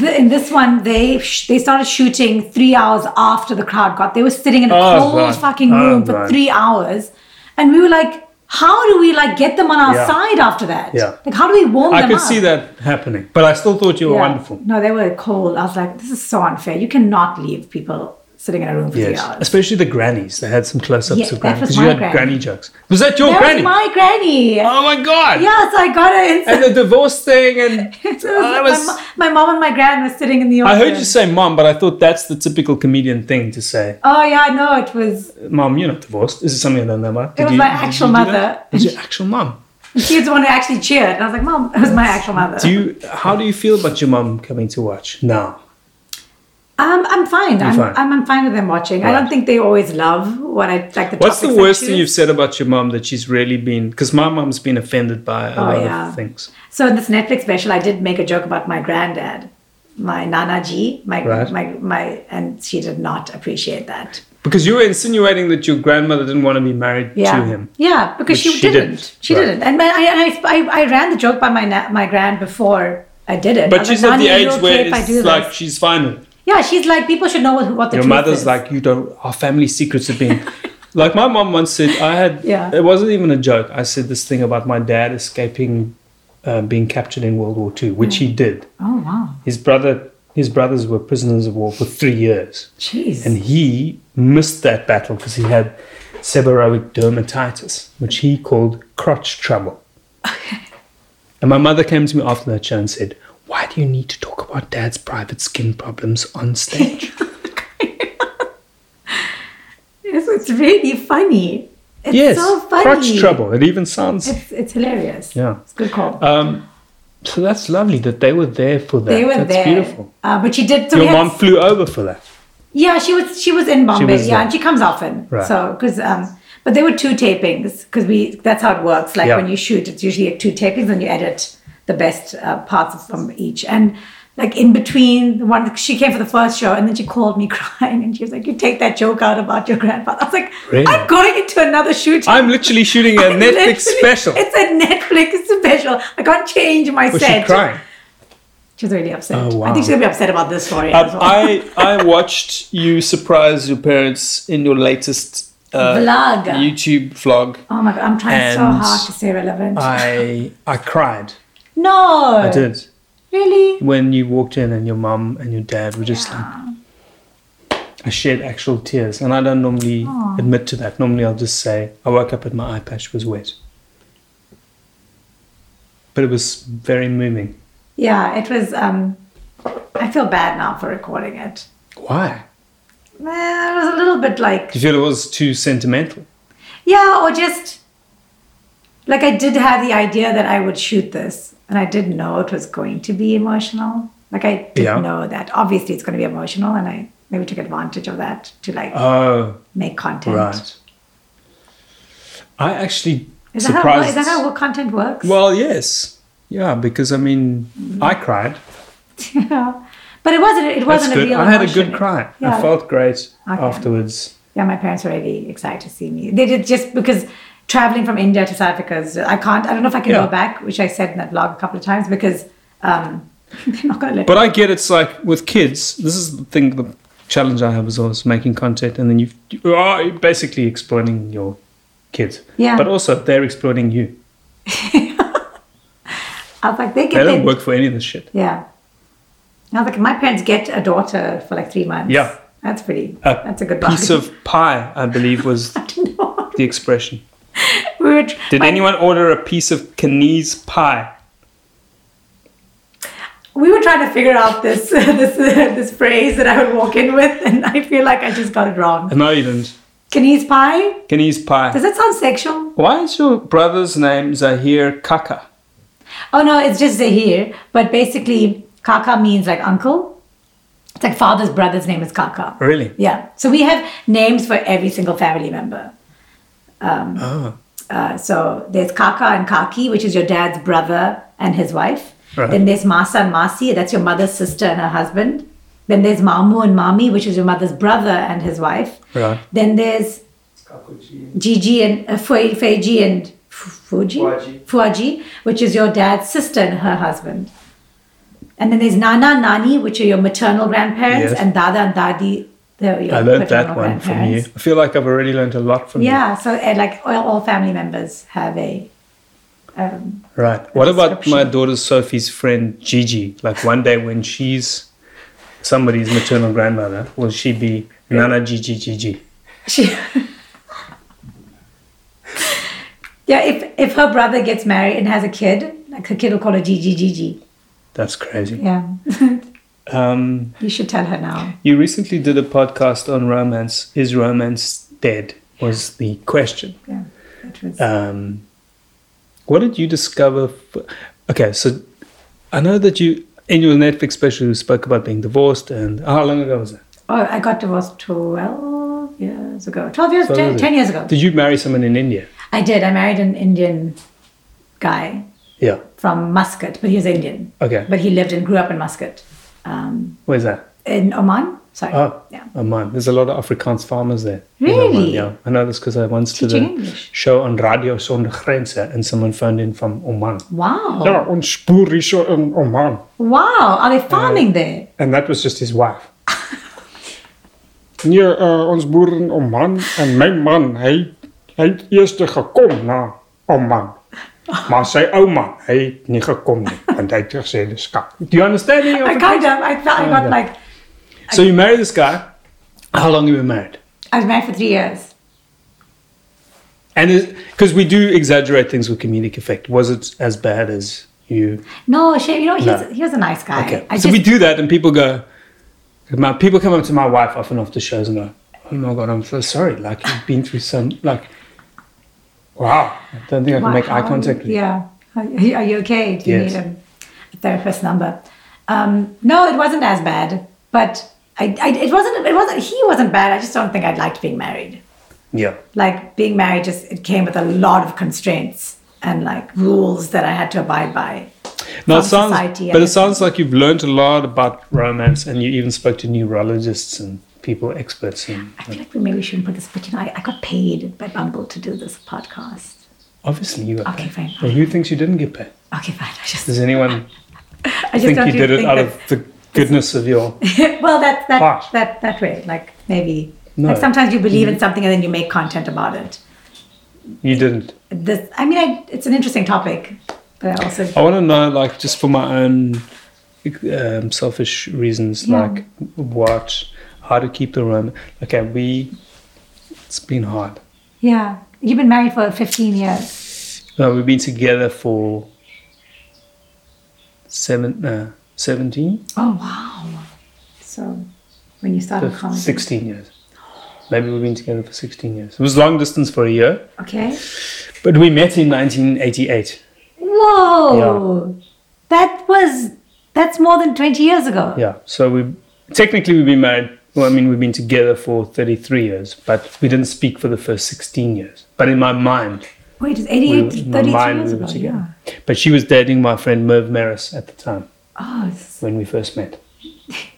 Speaker 2: The, in this one, they sh- they started shooting three hours after the crowd got. They were sitting in a
Speaker 1: Oh,
Speaker 2: cold
Speaker 1: right.
Speaker 2: fucking
Speaker 1: Oh,
Speaker 2: room for
Speaker 1: right.
Speaker 2: three hours, and we were like, "How do we like get them on our
Speaker 1: Yeah.
Speaker 2: side after that?
Speaker 1: Yeah.
Speaker 2: Like, how do we warm
Speaker 1: I
Speaker 2: them
Speaker 1: could
Speaker 2: up?"
Speaker 1: see that happening, but I still thought you were
Speaker 2: Yeah.
Speaker 1: wonderful.
Speaker 2: No, they were cold. I was like, "This is so unfair. You cannot leave people sitting in a room for three
Speaker 1: Yes,
Speaker 2: hours."
Speaker 1: especially the grannies. They had some close-ups
Speaker 2: Yeah,
Speaker 1: of
Speaker 2: that
Speaker 1: grannies
Speaker 2: was
Speaker 1: because you
Speaker 2: my
Speaker 1: had
Speaker 2: granny.
Speaker 1: granny jokes. Was that your
Speaker 2: That
Speaker 1: granny?
Speaker 2: was my granny.
Speaker 1: Oh my god!
Speaker 2: Yes, I got her in.
Speaker 1: and the divorce thing and
Speaker 2: It was-
Speaker 1: I was-
Speaker 2: my, mo- my mom and my grand were sitting in the
Speaker 1: I
Speaker 2: audience.
Speaker 1: heard you say mom, but I thought that's the typical comedian thing to say.
Speaker 2: Oh yeah, no, it was.
Speaker 1: Mom, you're not divorced. Is it something I don't know about?
Speaker 2: It was
Speaker 1: you,
Speaker 2: my
Speaker 1: did
Speaker 2: actual
Speaker 1: you do
Speaker 2: mother.
Speaker 1: that? It was your actual mom.
Speaker 2: She was the one who actually cheered, and I was like, "Mom, it was my actual mother."
Speaker 1: Do you how do you feel about your mom coming to watch now?
Speaker 2: Um, I'm fine. I'm,
Speaker 1: fine.
Speaker 2: I'm I'm fine with them watching. I
Speaker 1: Right.
Speaker 2: don't think they always love what I like. The
Speaker 1: What's the
Speaker 2: topics I
Speaker 1: worst thing
Speaker 2: choose.
Speaker 1: you've said about your mom that she's really been because my mom's been offended by a
Speaker 2: Oh,
Speaker 1: lot
Speaker 2: yeah.
Speaker 1: of things.
Speaker 2: So in this Netflix special, I did make a joke about my granddad, my Nana G, my
Speaker 1: Right.
Speaker 2: my my, and she did not appreciate that.
Speaker 1: Because you were insinuating that your grandmother didn't want to be married
Speaker 2: Yeah,
Speaker 1: to him.
Speaker 2: yeah, because
Speaker 1: Which
Speaker 2: she,
Speaker 1: she
Speaker 2: didn't.
Speaker 1: didn't.
Speaker 2: She
Speaker 1: Right.
Speaker 2: didn't. And my, I, and I, I I ran the joke by my na- my grand before. I did it. I
Speaker 1: But
Speaker 2: was
Speaker 1: she's
Speaker 2: like,
Speaker 1: at the
Speaker 2: "Nana,
Speaker 1: age
Speaker 2: you're okay
Speaker 1: where
Speaker 2: if I
Speaker 1: it's
Speaker 2: do
Speaker 1: like
Speaker 2: this?"
Speaker 1: she's fine with it.
Speaker 2: yeah, she's like, people should know what, what the
Speaker 1: your
Speaker 2: truth
Speaker 1: mother's
Speaker 2: is.
Speaker 1: like you don't our family secrets have been like my mom once said i had
Speaker 2: Yeah.
Speaker 1: it wasn't even a joke i said this thing about my dad escaping uh, being captured in world war ii which he did
Speaker 2: oh wow,
Speaker 1: his brother his brothers were prisoners of war for three years
Speaker 2: jeez,
Speaker 1: and he missed that battle because he had seborrheic dermatitis, which he called crotch trouble. and my mother came to me after that show and said, Why do you need to talk about dad's private skin problems on stage?
Speaker 2: it's, it's really funny. It's
Speaker 1: yes,
Speaker 2: so funny.
Speaker 1: crotch trouble. It even sounds.
Speaker 2: It's, it's hilarious.
Speaker 1: Yeah.
Speaker 2: It's a good call.
Speaker 1: Um, so that's lovely that they were there for that.
Speaker 2: they were
Speaker 1: that's
Speaker 2: there.
Speaker 1: beautiful.
Speaker 2: Uh, but she did. So we
Speaker 1: Your
Speaker 2: had-
Speaker 1: mom flew over for that.
Speaker 2: yeah, she was. She was in Bombay.
Speaker 1: was
Speaker 2: yeah,
Speaker 1: there.
Speaker 2: and she comes often.
Speaker 1: Right.
Speaker 2: So because um, but there were two tapings because we that's how it works. Like
Speaker 1: Yeah.
Speaker 2: when you shoot, it's usually two tapings and you edit the best uh, parts from each. And like in between the one she came for the first show and then she called me crying and she was like, You take that joke out about your grandfather. I was like,
Speaker 1: Really?
Speaker 2: I'm going into another shooting.
Speaker 1: I'm literally shooting a
Speaker 2: I'm
Speaker 1: Netflix
Speaker 2: literally-
Speaker 1: special.
Speaker 2: It's a Netflix special. I can't change my
Speaker 1: Was she
Speaker 2: set.
Speaker 1: crying?
Speaker 2: She was really upset.
Speaker 1: Oh,
Speaker 2: I
Speaker 1: wow.
Speaker 2: think she's gonna be upset about this story
Speaker 5: Um,
Speaker 2: as well.
Speaker 5: I I watched you surprise your parents in your latest uh,
Speaker 2: Vlog.
Speaker 5: YouTube vlog.
Speaker 2: oh my god, I'm trying so
Speaker 5: And
Speaker 2: hard to stay relevant.
Speaker 1: I I cried.
Speaker 2: no.
Speaker 1: I did.
Speaker 2: Really?
Speaker 1: When you walked in and your mum and your dad were just like, I shed actual tears, and I don't normally admit to that. Normally, I'll just say I woke up and my eye patch was wet. But it was very moving.
Speaker 2: Yeah, it was um I feel bad now for recording it.
Speaker 1: Why?
Speaker 2: Eh, It was a little bit like
Speaker 1: Do you feel it was too sentimental?
Speaker 2: Yeah, or just like I did have the idea that I would shoot this, and I didn't know it was going to be emotional. Like I didn't
Speaker 1: Yeah.
Speaker 2: know that. Obviously, it's going to be emotional, and I maybe took advantage of that to like
Speaker 1: Oh,
Speaker 2: make content.
Speaker 1: right. I actually
Speaker 2: Is that, how,
Speaker 1: surprised.
Speaker 2: is that how wo- content works?
Speaker 1: well, yes, yeah, because I mean, I cried.
Speaker 2: Yeah. but it wasn't. It
Speaker 1: That's
Speaker 2: Mm-hmm. wasn't a
Speaker 1: good.
Speaker 2: real.
Speaker 1: I had a
Speaker 2: emotion.
Speaker 1: good cry. I
Speaker 2: Yeah.
Speaker 1: felt great
Speaker 2: Okay.
Speaker 1: afterwards.
Speaker 2: Yeah, my parents were really excited to see me. They did just because traveling from India to South Africa is I can't. I don't know if I can
Speaker 1: Yeah.
Speaker 2: go back, which I said in that vlog a couple of times because um, they're not going to let.
Speaker 1: But I get it's like with kids. This is the thing. The challenge I have is always making content, and then you you are basically exploiting your kids.
Speaker 2: Yeah.
Speaker 1: But also they're exploiting you.
Speaker 2: I was like, they get
Speaker 1: They don't
Speaker 2: their
Speaker 1: work for any of this shit.
Speaker 2: Yeah. Now, like my parents get a daughter for like three months.
Speaker 1: Yeah.
Speaker 2: That's pretty.
Speaker 1: A
Speaker 2: that's a good
Speaker 1: piece
Speaker 2: bargain.
Speaker 1: of pie, I believe, was
Speaker 2: No.
Speaker 1: the expression.
Speaker 2: we were tr-
Speaker 1: Did
Speaker 2: my-
Speaker 1: anyone order a piece of Canese pie?
Speaker 2: We were trying to figure out this this this phrase that I would walk in with, and I feel like I just got it wrong.
Speaker 1: No, you didn't.
Speaker 2: Canese pie?
Speaker 1: Canese pie.
Speaker 2: Does that sound sexual?
Speaker 1: Why is your brother's name Zahir Kaka?
Speaker 2: Oh no, it's just Zahir. But basically, Kaka means like uncle. It's like father's brother's name is Kaka.
Speaker 1: Really?
Speaker 2: Yeah. So we have names for every single family member. Um,
Speaker 1: Oh.
Speaker 2: Uh, so there's Kaka and Kaki, which is your dad's brother and his wife.
Speaker 1: Right.
Speaker 2: Then there's Masa and Masi, that's your mother's sister and her husband. Then there's Mamu and Mami, which is your mother's brother and his wife.
Speaker 1: Right.
Speaker 2: Then there's
Speaker 3: Kakuchi.
Speaker 2: Gigi and uh, Fue- Feiji and Fu- Fuji,
Speaker 3: Fuaji.
Speaker 2: Fuaji, which is your dad's sister and her husband. And then there's Nana Nani, which are your maternal grandparents,
Speaker 1: Yes.
Speaker 2: and Dada and Dadi, they're your
Speaker 1: I learned
Speaker 2: paternal
Speaker 1: that one from you.
Speaker 2: grandparents.
Speaker 1: I feel like I've already learned a lot from you.
Speaker 2: Yeah, so uh, like all, all family members have a um,
Speaker 1: Right. What about my
Speaker 2: description.
Speaker 1: daughter Sophie's friend Gigi? Like one day when she's somebody's maternal grandmother, will she be Nana Gigi Gigi?
Speaker 2: she. yeah, if if her brother gets married and has a kid, like her kid will call her Gigi Gigi.
Speaker 1: That's crazy.
Speaker 2: Yeah,
Speaker 1: Um,
Speaker 2: you should tell her now.
Speaker 1: you recently did a podcast on romance. Is romance dead? Was the question.
Speaker 2: Yeah, that was
Speaker 1: Um, what did you discover? F- okay, so I know that you in your Netflix special you spoke about being divorced, and ah, how long ago was that?
Speaker 2: oh, I got divorced twelve years ago. Twelve years,
Speaker 1: So
Speaker 2: ten,
Speaker 1: was it?
Speaker 2: 10 years ago.
Speaker 1: Did you marry someone in India?
Speaker 2: I did. I married an Indian guy
Speaker 1: Yeah.
Speaker 2: from Muscat, but he was Indian,
Speaker 1: Okay.
Speaker 2: but he lived and grew up in Muscat, um,
Speaker 1: Where's that?
Speaker 2: in Oman. Sorry.
Speaker 1: Oh,
Speaker 2: Yeah.
Speaker 1: Oman. There's a lot of Afrikaans farmers there. in
Speaker 2: Really?
Speaker 1: Oman, yeah. I know this because I once
Speaker 2: Teaching
Speaker 1: did a
Speaker 2: English.
Speaker 1: show on Radio Sonder Grenzen and someone phoned in from Oman.
Speaker 2: Wow.
Speaker 4: Yeah, on Spurischer in Oh, Oman.
Speaker 2: Wow. Are
Speaker 1: Uh,
Speaker 2: they farming there?
Speaker 1: And that was just his wife.
Speaker 4: Nee, uh, ons boer in Oman en my man, hy hy het eers gekom na Oman. Maar sy ouma, hy het nie gekom nie, want hy het gesê dis skak.
Speaker 1: Do you understand any of
Speaker 2: I
Speaker 1: it?
Speaker 2: kind of. I thought I
Speaker 1: Oh,
Speaker 2: got like.
Speaker 1: So you marry this guy. How long have you been married?
Speaker 2: I was married for three years.
Speaker 1: And because we do exaggerate things with comedic effect. Was it as bad as you?
Speaker 2: No, she, you know, he,
Speaker 1: No.
Speaker 2: was, he was a nice guy.
Speaker 1: Okay.
Speaker 2: I
Speaker 1: so
Speaker 2: just,
Speaker 1: we do that and people go, my, people come up to my wife often after shows and go, oh my God, I'm so sorry. Like you've been through some, like, wow. I don't think I can
Speaker 2: Wow.
Speaker 1: make eye contact with you.
Speaker 2: Yeah. Are you are you okay? Do you
Speaker 1: Yes.
Speaker 2: need a therapist number? Um, no, it wasn't as bad, but I, I, it wasn't. It wasn't. He wasn't bad. I just don't think I liked being married.
Speaker 1: Yeah.
Speaker 2: Like being married, just it came with a lot of constraints and like rules that I had to abide by.
Speaker 1: Now, it
Speaker 2: from
Speaker 1: sounds,
Speaker 2: society and
Speaker 1: but it
Speaker 2: it's-
Speaker 1: sounds like you've learned a lot about romance, and you even spoke to neurologists and people experts in.
Speaker 2: I feel like we maybe shouldn't put this, but you know, I, I got paid by Bumble to do this podcast.
Speaker 1: Obviously, you. Got
Speaker 2: Okay,
Speaker 1: paid.
Speaker 2: fine.
Speaker 1: Well, who thinks you didn't get paid?
Speaker 2: Okay, fine. I just,
Speaker 1: Does anyone
Speaker 2: I just
Speaker 1: think
Speaker 2: don't
Speaker 1: you did it
Speaker 2: think
Speaker 1: out
Speaker 2: that-
Speaker 1: of the goodness of your?
Speaker 2: well, that that
Speaker 1: Heart.
Speaker 2: that that way, like maybe.
Speaker 1: No. Mm-hmm.
Speaker 2: Like sometimes you believe in something and then you make content about it.
Speaker 1: You didn't.
Speaker 2: This, I mean, I, it's an interesting topic, but I also
Speaker 1: I want to know, like, just for my own um, selfish reasons,
Speaker 2: Yeah.
Speaker 1: like what, how to keep the room. Okay, we. It's been hard.
Speaker 2: yeah. You've been married for 15 years.
Speaker 1: No, we've been together for seven, uh, 17,
Speaker 2: Oh wow! So when you started
Speaker 1: Fif-
Speaker 2: comedy,
Speaker 1: 16 Uh, years. Maybe we've been together for 16 years. It was long distance for a year,
Speaker 2: okay.
Speaker 1: but we met in 1988.
Speaker 2: Whoa! That was that's more than 20 years ago.
Speaker 1: Yeah, so we technically we've been married. Well, I mean, we've been together for 33 years, but we didn't speak for the first 16 years. But in my mind,
Speaker 2: Wait, it's
Speaker 1: we,
Speaker 2: 88,
Speaker 1: in my
Speaker 2: 33
Speaker 1: mind,
Speaker 2: years
Speaker 1: we
Speaker 2: ago.
Speaker 1: were
Speaker 2: Yeah.
Speaker 1: together. But she was dating my friend Merv Maris at the time
Speaker 2: Oh, it's-
Speaker 1: when we first met.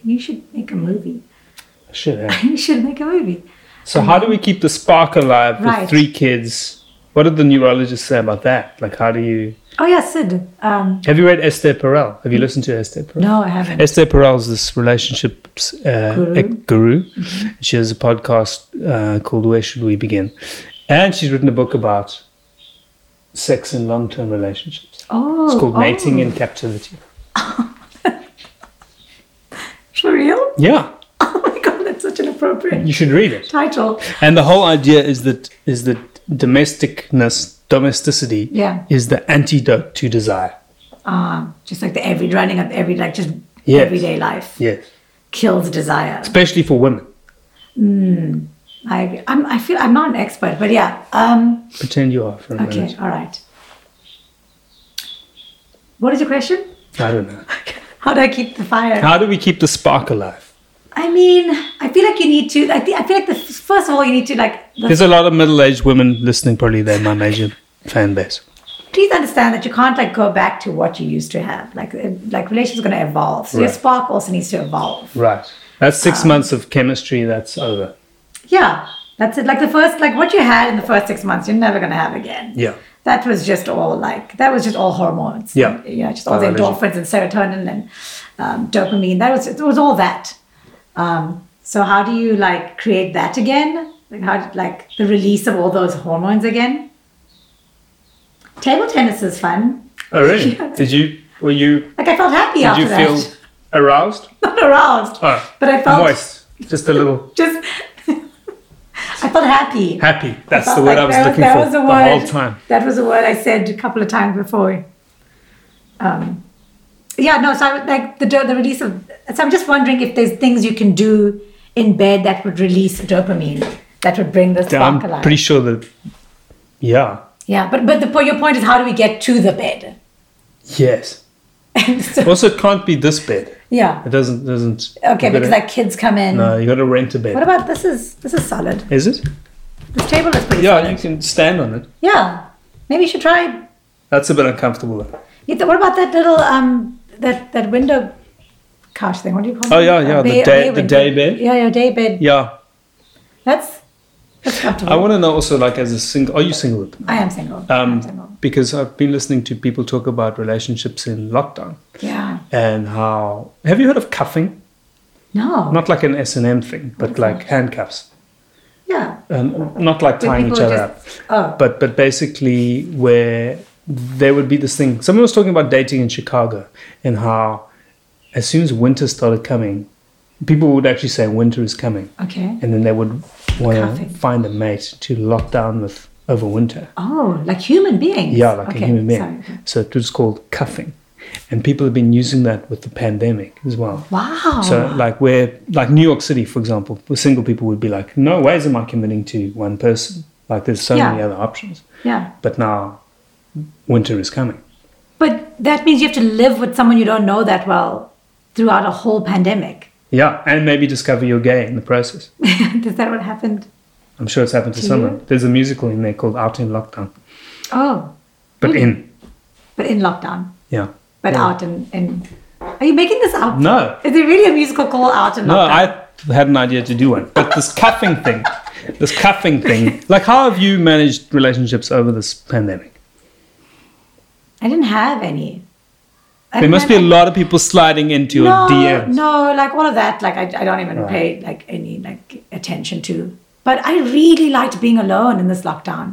Speaker 2: you should make a movie.
Speaker 1: Shit, eh?
Speaker 2: You should make a movie.
Speaker 1: So how do we keep the spark alive
Speaker 2: Right.
Speaker 1: with three kids? What did the neurologist say about that? Like, how do you?
Speaker 2: Oh yeah, Sid. Um,
Speaker 1: Have you read Esther Perel? Have you listened to Esther Perel?
Speaker 2: no, I haven't.
Speaker 1: Esther Perel is this relationships uh,
Speaker 2: Guru. Mm-hmm.
Speaker 1: ec- guru. She has a podcast uh, called Where Should We Begin, and she's written a book about sex in long-term relationships.
Speaker 2: Oh,
Speaker 1: It's called
Speaker 2: oh.
Speaker 1: Mating in Captivity.
Speaker 2: For real?
Speaker 1: Yeah,
Speaker 2: Oh my god, that's such an appropriate
Speaker 1: you should read it.
Speaker 2: title.
Speaker 1: And the whole idea is that is that domesticness, domesticity,
Speaker 2: Yeah.
Speaker 1: is the antidote to desire.
Speaker 2: Um, just like the every running of every like just
Speaker 1: Yes.
Speaker 2: everyday life
Speaker 1: Yes.
Speaker 2: kills desire.
Speaker 1: especially for women.
Speaker 2: I agree. I'm, I feel I'm not an expert, but yeah. Um,
Speaker 1: Pretend you are for a
Speaker 2: okay,
Speaker 1: minute.
Speaker 2: all right. What is your question?
Speaker 1: I don't know.
Speaker 2: How do I keep the fire?
Speaker 1: How do we keep the spark alive?
Speaker 2: I mean, I feel like you need to. I think I feel like the first of all, you need to like. The,
Speaker 1: There's a lot of middle-aged women listening. Probably they're my major fan base.
Speaker 2: please understand that you can't like go back to what you used to have. Like, uh, like relations are going to evolve, so your
Speaker 1: Right.
Speaker 2: spark also needs to evolve.
Speaker 1: Right. That's
Speaker 2: Um,
Speaker 1: six months of chemistry. That's over.
Speaker 2: Yeah, that's it. Like the first, like what you had in the first six months, you're never gonna have again.
Speaker 1: Yeah.
Speaker 2: That was just all like that was just all hormones.
Speaker 1: Yeah.
Speaker 2: yeah, just all the
Speaker 1: Biology.
Speaker 2: endorphins and serotonin and um, dopamine. That was it was all that. Um, so how do you like create that again? Like how like the release of all those hormones again? Table tennis is fun.
Speaker 1: Oh really? Did you? Were you?
Speaker 2: Like I felt happy
Speaker 1: Did
Speaker 2: after
Speaker 1: you
Speaker 2: that.
Speaker 1: feel aroused?
Speaker 2: Not aroused,
Speaker 1: Oh,
Speaker 2: but I felt
Speaker 1: moist. Just a little
Speaker 2: just. I felt happy.
Speaker 1: happy. That's
Speaker 2: felt
Speaker 1: the word
Speaker 2: like
Speaker 1: I was
Speaker 2: that
Speaker 1: looking
Speaker 2: that
Speaker 1: for
Speaker 2: was
Speaker 1: the,
Speaker 2: a word-
Speaker 1: whole time.
Speaker 2: That was a word I said a couple of times before. Um, yeah, no. So I would, like the do- the release of. So I'm just wondering if there's things you can do in bed that would release dopamine that would bring this
Speaker 1: Yeah, I'm
Speaker 2: spark alive.
Speaker 1: pretty sure that. Yeah.
Speaker 2: yeah, but but the po- your point is how do we get to the bed?
Speaker 1: Yes.
Speaker 2: And so-
Speaker 1: Also, it can't be this bed.
Speaker 2: yeah.
Speaker 1: It doesn't. Doesn't.
Speaker 2: Okay,
Speaker 1: you gotta-
Speaker 2: because like kids come in.
Speaker 1: No, you got to rent a bed.
Speaker 2: What about this? Is this is solid?
Speaker 1: Is it?
Speaker 2: This table is pretty
Speaker 1: Yeah, you
Speaker 2: solid.
Speaker 1: can stand on it.
Speaker 2: yeah. Maybe you should try.
Speaker 1: That's a bit uncomfortable. Though.
Speaker 2: Ethan, What about that little um that that window couch thing? What do you call
Speaker 1: Oh,
Speaker 2: it?
Speaker 1: yeah,
Speaker 2: A
Speaker 1: yeah, the
Speaker 2: bay-
Speaker 1: day-
Speaker 2: bay
Speaker 1: the
Speaker 2: window.
Speaker 1: day bed.
Speaker 2: Yeah, your day bed.
Speaker 1: Yeah,
Speaker 2: That's that's comfortable.
Speaker 1: I want to know also like as a single. Are you single? at the moment?
Speaker 2: I am single. I'm single.
Speaker 1: Um, because I've been listening to people talk about relationships in lockdown
Speaker 2: Yeah.
Speaker 1: and how. Have you heard of cuffing?
Speaker 2: No.
Speaker 1: Not like an S and M thing, but like handcuffs,
Speaker 2: yeah.
Speaker 1: and not like
Speaker 2: Where
Speaker 1: tying each
Speaker 2: people
Speaker 1: other
Speaker 2: just-
Speaker 1: up.
Speaker 2: oh.
Speaker 1: But but basically where there would be this thing. Someone was talking about dating in Chicago and how as soon as winter started coming, people would actually say winter is coming.
Speaker 2: Okay.
Speaker 1: and then they would want to
Speaker 2: Cuffing.
Speaker 1: find a mate to lock down with over winter.
Speaker 2: Oh, like human beings.
Speaker 1: Yeah, like
Speaker 2: Okay,
Speaker 1: a human being.
Speaker 2: sorry.
Speaker 1: So it was called cuffing, and people have been using that with the pandemic as well.
Speaker 2: Wow.
Speaker 1: So like where like New York City, for example, where single people would be like, no ways am I committing to one person. Like there's so
Speaker 2: Yeah.
Speaker 1: many other options.
Speaker 2: yeah.
Speaker 1: But now winter is coming.
Speaker 2: But that means you have to live with someone you don't know that well throughout a whole pandemic.
Speaker 1: Yeah, and maybe discover you're gay in the process.
Speaker 2: Is that what happened?
Speaker 1: I'm sure it's happened to
Speaker 2: Do
Speaker 1: someone.
Speaker 2: you?
Speaker 1: There's a musical in there called Out in Lockdown,
Speaker 2: Oh,
Speaker 1: but in
Speaker 2: but in lockdown.
Speaker 1: yeah.
Speaker 2: but out and and are you making this up?
Speaker 1: No.
Speaker 2: Is it really a musical call out and
Speaker 1: No,
Speaker 2: not
Speaker 1: I
Speaker 2: down?
Speaker 1: had an idea to do one, but this cuffing thing, this cuffing thing. Like, how have you managed relationships over this pandemic?
Speaker 2: I didn't have any. I
Speaker 1: There
Speaker 2: didn't
Speaker 1: must be
Speaker 2: have
Speaker 1: a
Speaker 2: any-
Speaker 1: lot of people sliding into your
Speaker 2: no,
Speaker 1: DMs.
Speaker 2: No, like all of that, like I, I don't even pay like any like attention to. But I really liked being alone in this lockdown.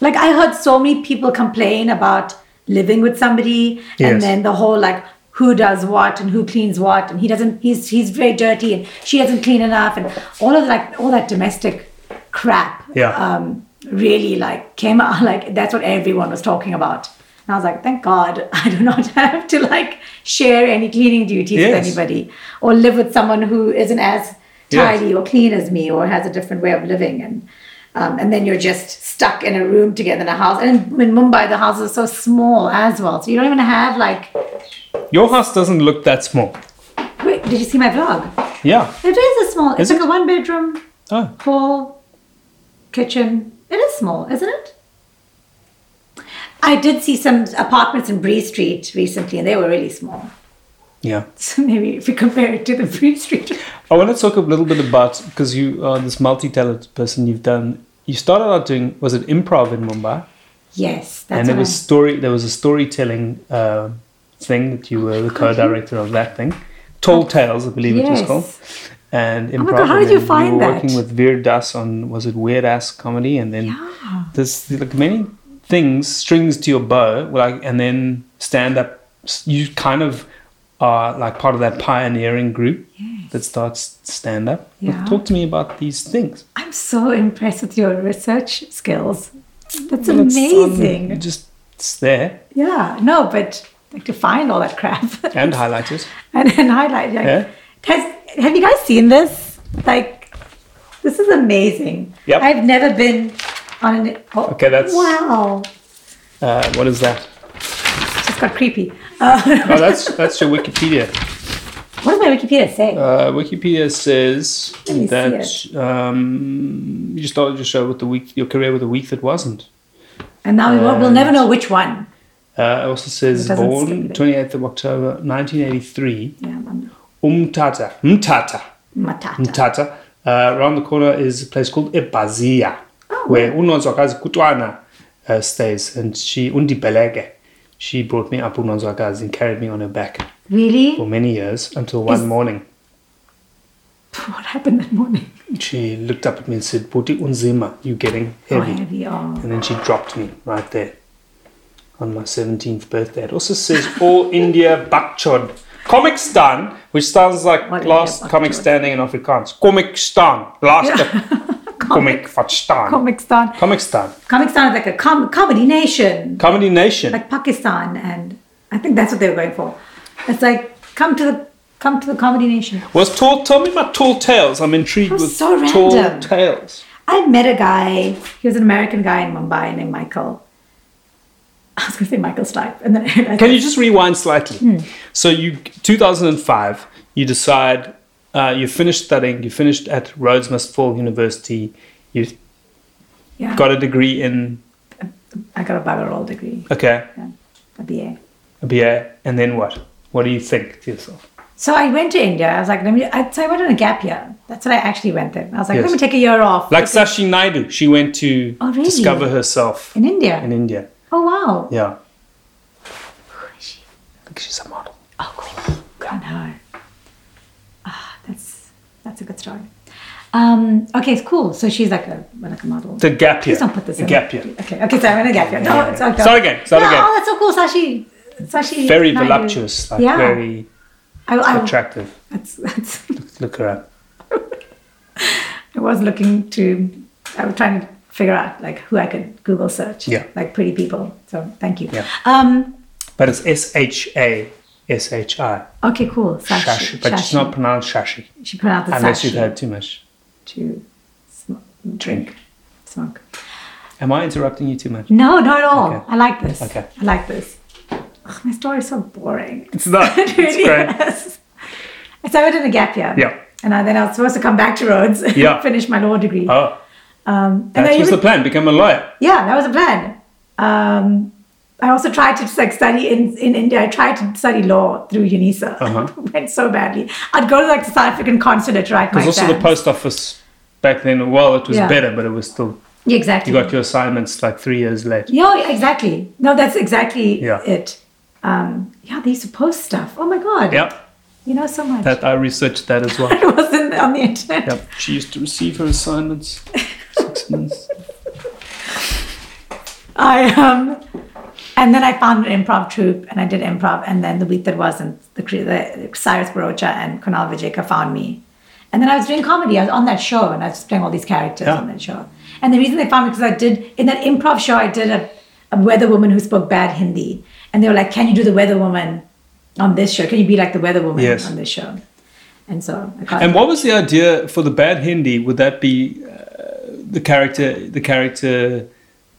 Speaker 2: Like I heard so many people complain about living with somebody
Speaker 1: Yes.
Speaker 2: and then the whole like who does what and who cleans what and he doesn't he's he's very dirty and she doesn't clean enough and all of like all that domestic crap
Speaker 1: Yeah.
Speaker 2: um, really like came out like that's what everyone was talking about and i was like thank god i do not have to like share any cleaning duties
Speaker 1: Yes.
Speaker 2: with anybody or live with someone who isn't as tidy or clean as me or has a different way of living and um, and then you're just stuck in a room together in a house and in, in mumbai the houses are so small as well so you don't even have like
Speaker 1: Your house doesn't look that small.
Speaker 2: wait did you see my vlog
Speaker 1: Yeah.
Speaker 2: it is a small
Speaker 1: Is
Speaker 2: it's like a one bedroom
Speaker 1: Oh,
Speaker 2: hall, kitchen. It is small, isn't it? I did see some apartments in Bree Street recently, and they were really small.
Speaker 1: yeah.
Speaker 2: So maybe if we compare it to the Bree Street,
Speaker 1: I want to talk a little bit about because you are this multi-talented person. You've done. You started out doing was it improv in Mumbai,
Speaker 2: yes,
Speaker 1: and
Speaker 2: that's
Speaker 1: there
Speaker 2: what
Speaker 1: was story. There was a storytelling uh, thing that you were the co-director of that thing, Tall Tales, I believe it was
Speaker 2: Oh, Yes. Oh
Speaker 1: called. And improv.
Speaker 2: my God, how
Speaker 1: and
Speaker 2: did you
Speaker 1: then
Speaker 2: find
Speaker 1: were
Speaker 2: that?
Speaker 1: Working with Veer Das on was it Weird Ass comedy, and then
Speaker 2: Yeah.
Speaker 1: there's like many things, strings to your bow, like and then stand up. You kind of are like part of that pioneering group that starts stand up.
Speaker 2: Yeah.
Speaker 1: Talk to me about these things.
Speaker 2: I, am so impressed with your research skills. That's
Speaker 1: Well, it's on-
Speaker 2: amazing.
Speaker 1: it just it's there
Speaker 2: yeah, no, but like to find all that crap
Speaker 1: and highlight it.
Speaker 2: and then highlight. Like,
Speaker 1: Yeah.
Speaker 2: Guys, have you guys seen this? Like, this is amazing.
Speaker 1: Yep.
Speaker 2: I've never been on an. oh,
Speaker 1: Okay, that's-
Speaker 2: Wow.
Speaker 1: Uh, what is that?
Speaker 2: It just got creepy. Uh,
Speaker 1: Oh, that's that's your Wikipedia.
Speaker 2: what does my Wikipedia say?
Speaker 1: Uh, Wikipedia says
Speaker 2: Let me see
Speaker 1: that um, you started your show with the week, your career with a week that wasn't.
Speaker 2: and now we won't, we'll never know which one.
Speaker 1: Uh, it also says
Speaker 2: It doesn't
Speaker 1: born
Speaker 2: state it.
Speaker 1: 28th of October 1983,
Speaker 2: Yeah, um,
Speaker 1: Umtata, Mtata,
Speaker 2: Matata.
Speaker 1: Mtata. Uh, around the corner is a place called Epazia,
Speaker 2: Oh.
Speaker 1: where Unonzwakazi Kutwana uh, stays, and she Undibelege. She brought me up Unonzwakazi and carried me on her back for
Speaker 2: Really?
Speaker 1: many years until one
Speaker 2: Is-
Speaker 1: morning
Speaker 2: What happened that morning?
Speaker 1: she looked up at me and said, Puti Unzima, you getting
Speaker 2: Oh,
Speaker 1: heavy.
Speaker 2: heavy. Oh.
Speaker 1: and then she dropped me right there on my 17th birthday. It also says All India Bakchod. Comic Stan, which sounds like
Speaker 2: All
Speaker 1: last
Speaker 2: India
Speaker 1: comic
Speaker 2: Bakchod.
Speaker 1: standing in Afrikaans. Comic Stan, last comic fat Stan. Comic.
Speaker 2: Comic Stan.
Speaker 1: Stan.
Speaker 2: Comic Stan is like a com- comedy nation.
Speaker 1: Comedy Nation.
Speaker 2: like Pakistan, and I think that's what they were going for. It's like come to the come to the comedy nation.
Speaker 1: was tall, tell me about Tall Tales. I'm intrigued
Speaker 2: was
Speaker 1: with
Speaker 2: so
Speaker 1: Tall
Speaker 2: random.
Speaker 1: Tales.
Speaker 2: I met a guy. He was an American guy in Mumbai named Michael. I was going to say Michael Stipe, and then I realized-
Speaker 1: Can you just rewind slightly?
Speaker 2: Hmm.
Speaker 1: So you, 2005, you decide uh, you finished studying. You finished at Rhodes Must Fall University. You
Speaker 2: yeah,
Speaker 1: got a degree in
Speaker 2: I got a barrel degree,
Speaker 1: okay,
Speaker 2: a BA.
Speaker 1: a BA, and then what? What do you think to yourself?
Speaker 2: So I went to India. I was like, let me. I, so I went on a gap year. That's what I actually went there. I was like,
Speaker 1: Yes.
Speaker 2: let me take a year off.
Speaker 1: Like
Speaker 2: because-
Speaker 1: Sashi Naidu, she went to
Speaker 2: Oh, really?
Speaker 1: discover herself
Speaker 2: in India.
Speaker 1: in India.
Speaker 2: oh wow.
Speaker 1: Yeah,
Speaker 2: Who is she?
Speaker 1: I think she's a model.
Speaker 2: Oh, cool. God, no. Ah, that's that's a good story. Um, okay, it's cool. So she's like a like a model.
Speaker 1: The gap year.
Speaker 2: Please don't put this
Speaker 1: the
Speaker 2: in.
Speaker 1: gap year.
Speaker 2: Okay, okay, sorry, I'm gonna gap you. No, it's okay.
Speaker 1: Start again, start
Speaker 2: no,
Speaker 1: again.
Speaker 2: Oh, that's so cool, Sashi. Sashi.
Speaker 1: Very
Speaker 2: Naidu.
Speaker 1: voluptuous, like
Speaker 2: yeah.
Speaker 1: very
Speaker 2: I, I,
Speaker 1: attractive.
Speaker 2: that's, that's,
Speaker 1: Look her up.
Speaker 2: I was looking to. I was trying to figure out like who I could Google search.
Speaker 1: Yeah.
Speaker 2: Like pretty people. So thank you.
Speaker 1: Yeah.
Speaker 2: Um.
Speaker 1: But it's S H A S H I.
Speaker 2: Okay. Cool. Sashi.
Speaker 1: Shashi, but it's not pronounced Shashi
Speaker 2: She pronounced
Speaker 1: unless
Speaker 2: Sashi
Speaker 1: you've had too much.
Speaker 2: to sm-
Speaker 1: Drink.
Speaker 2: smoke.
Speaker 1: Am I interrupting you too much?
Speaker 2: No, not at all.
Speaker 1: Okay.
Speaker 2: I like this.
Speaker 1: Okay.
Speaker 2: I like this. Ugh, my story is so boring.
Speaker 1: It's not.
Speaker 2: It really is. So I went in a gap year.
Speaker 1: Yeah.
Speaker 2: And I, then I was supposed to come back to Rhodes and
Speaker 1: Yeah.
Speaker 2: finish my law degree.
Speaker 1: Oh,
Speaker 2: Um, and
Speaker 1: that
Speaker 2: I
Speaker 1: was
Speaker 2: even,
Speaker 1: the plan. Become a lawyer.
Speaker 2: yeah, that was a plan. Um, I also tried to like study in, in India. I tried to study law through UNISA.
Speaker 1: Uh-huh.
Speaker 2: Went so badly. I'd go to like the South African consulate to write my
Speaker 1: There's also the
Speaker 2: exams.
Speaker 1: post office back then. Well, it was
Speaker 2: Yeah.
Speaker 1: better, but it was still
Speaker 2: Yeah, exactly.
Speaker 1: you got your assignments like three years later.
Speaker 2: Yeah, exactly. No, that's exactly
Speaker 1: Yeah.
Speaker 2: it. Um, yeah, they used to post stuff. Oh my god.
Speaker 1: Yeah,
Speaker 2: You know so much.
Speaker 1: that I researched that as well.
Speaker 2: it wasn't on the internet.
Speaker 1: Yep.
Speaker 5: She used to receive her assignments. Six months.
Speaker 2: I um, and then I found an improv troupe and I did improv. And then the week that wasn't, the, cre- the Cyrus Barocha and Kunal Vijayka found me. And then I was doing comedy. I was on that show and I was just playing all these characters
Speaker 1: Yeah.
Speaker 2: on that show. And the reason they found me because I did in that improv show I did a, a weather woman who spoke bad Hindi, and they were like, "Can you do the weather woman on this show? Can you be like the weather woman
Speaker 1: Yes.
Speaker 2: on this show?" And so I got
Speaker 1: And what was the idea for the bad Hindi? Would that be uh, the character? The character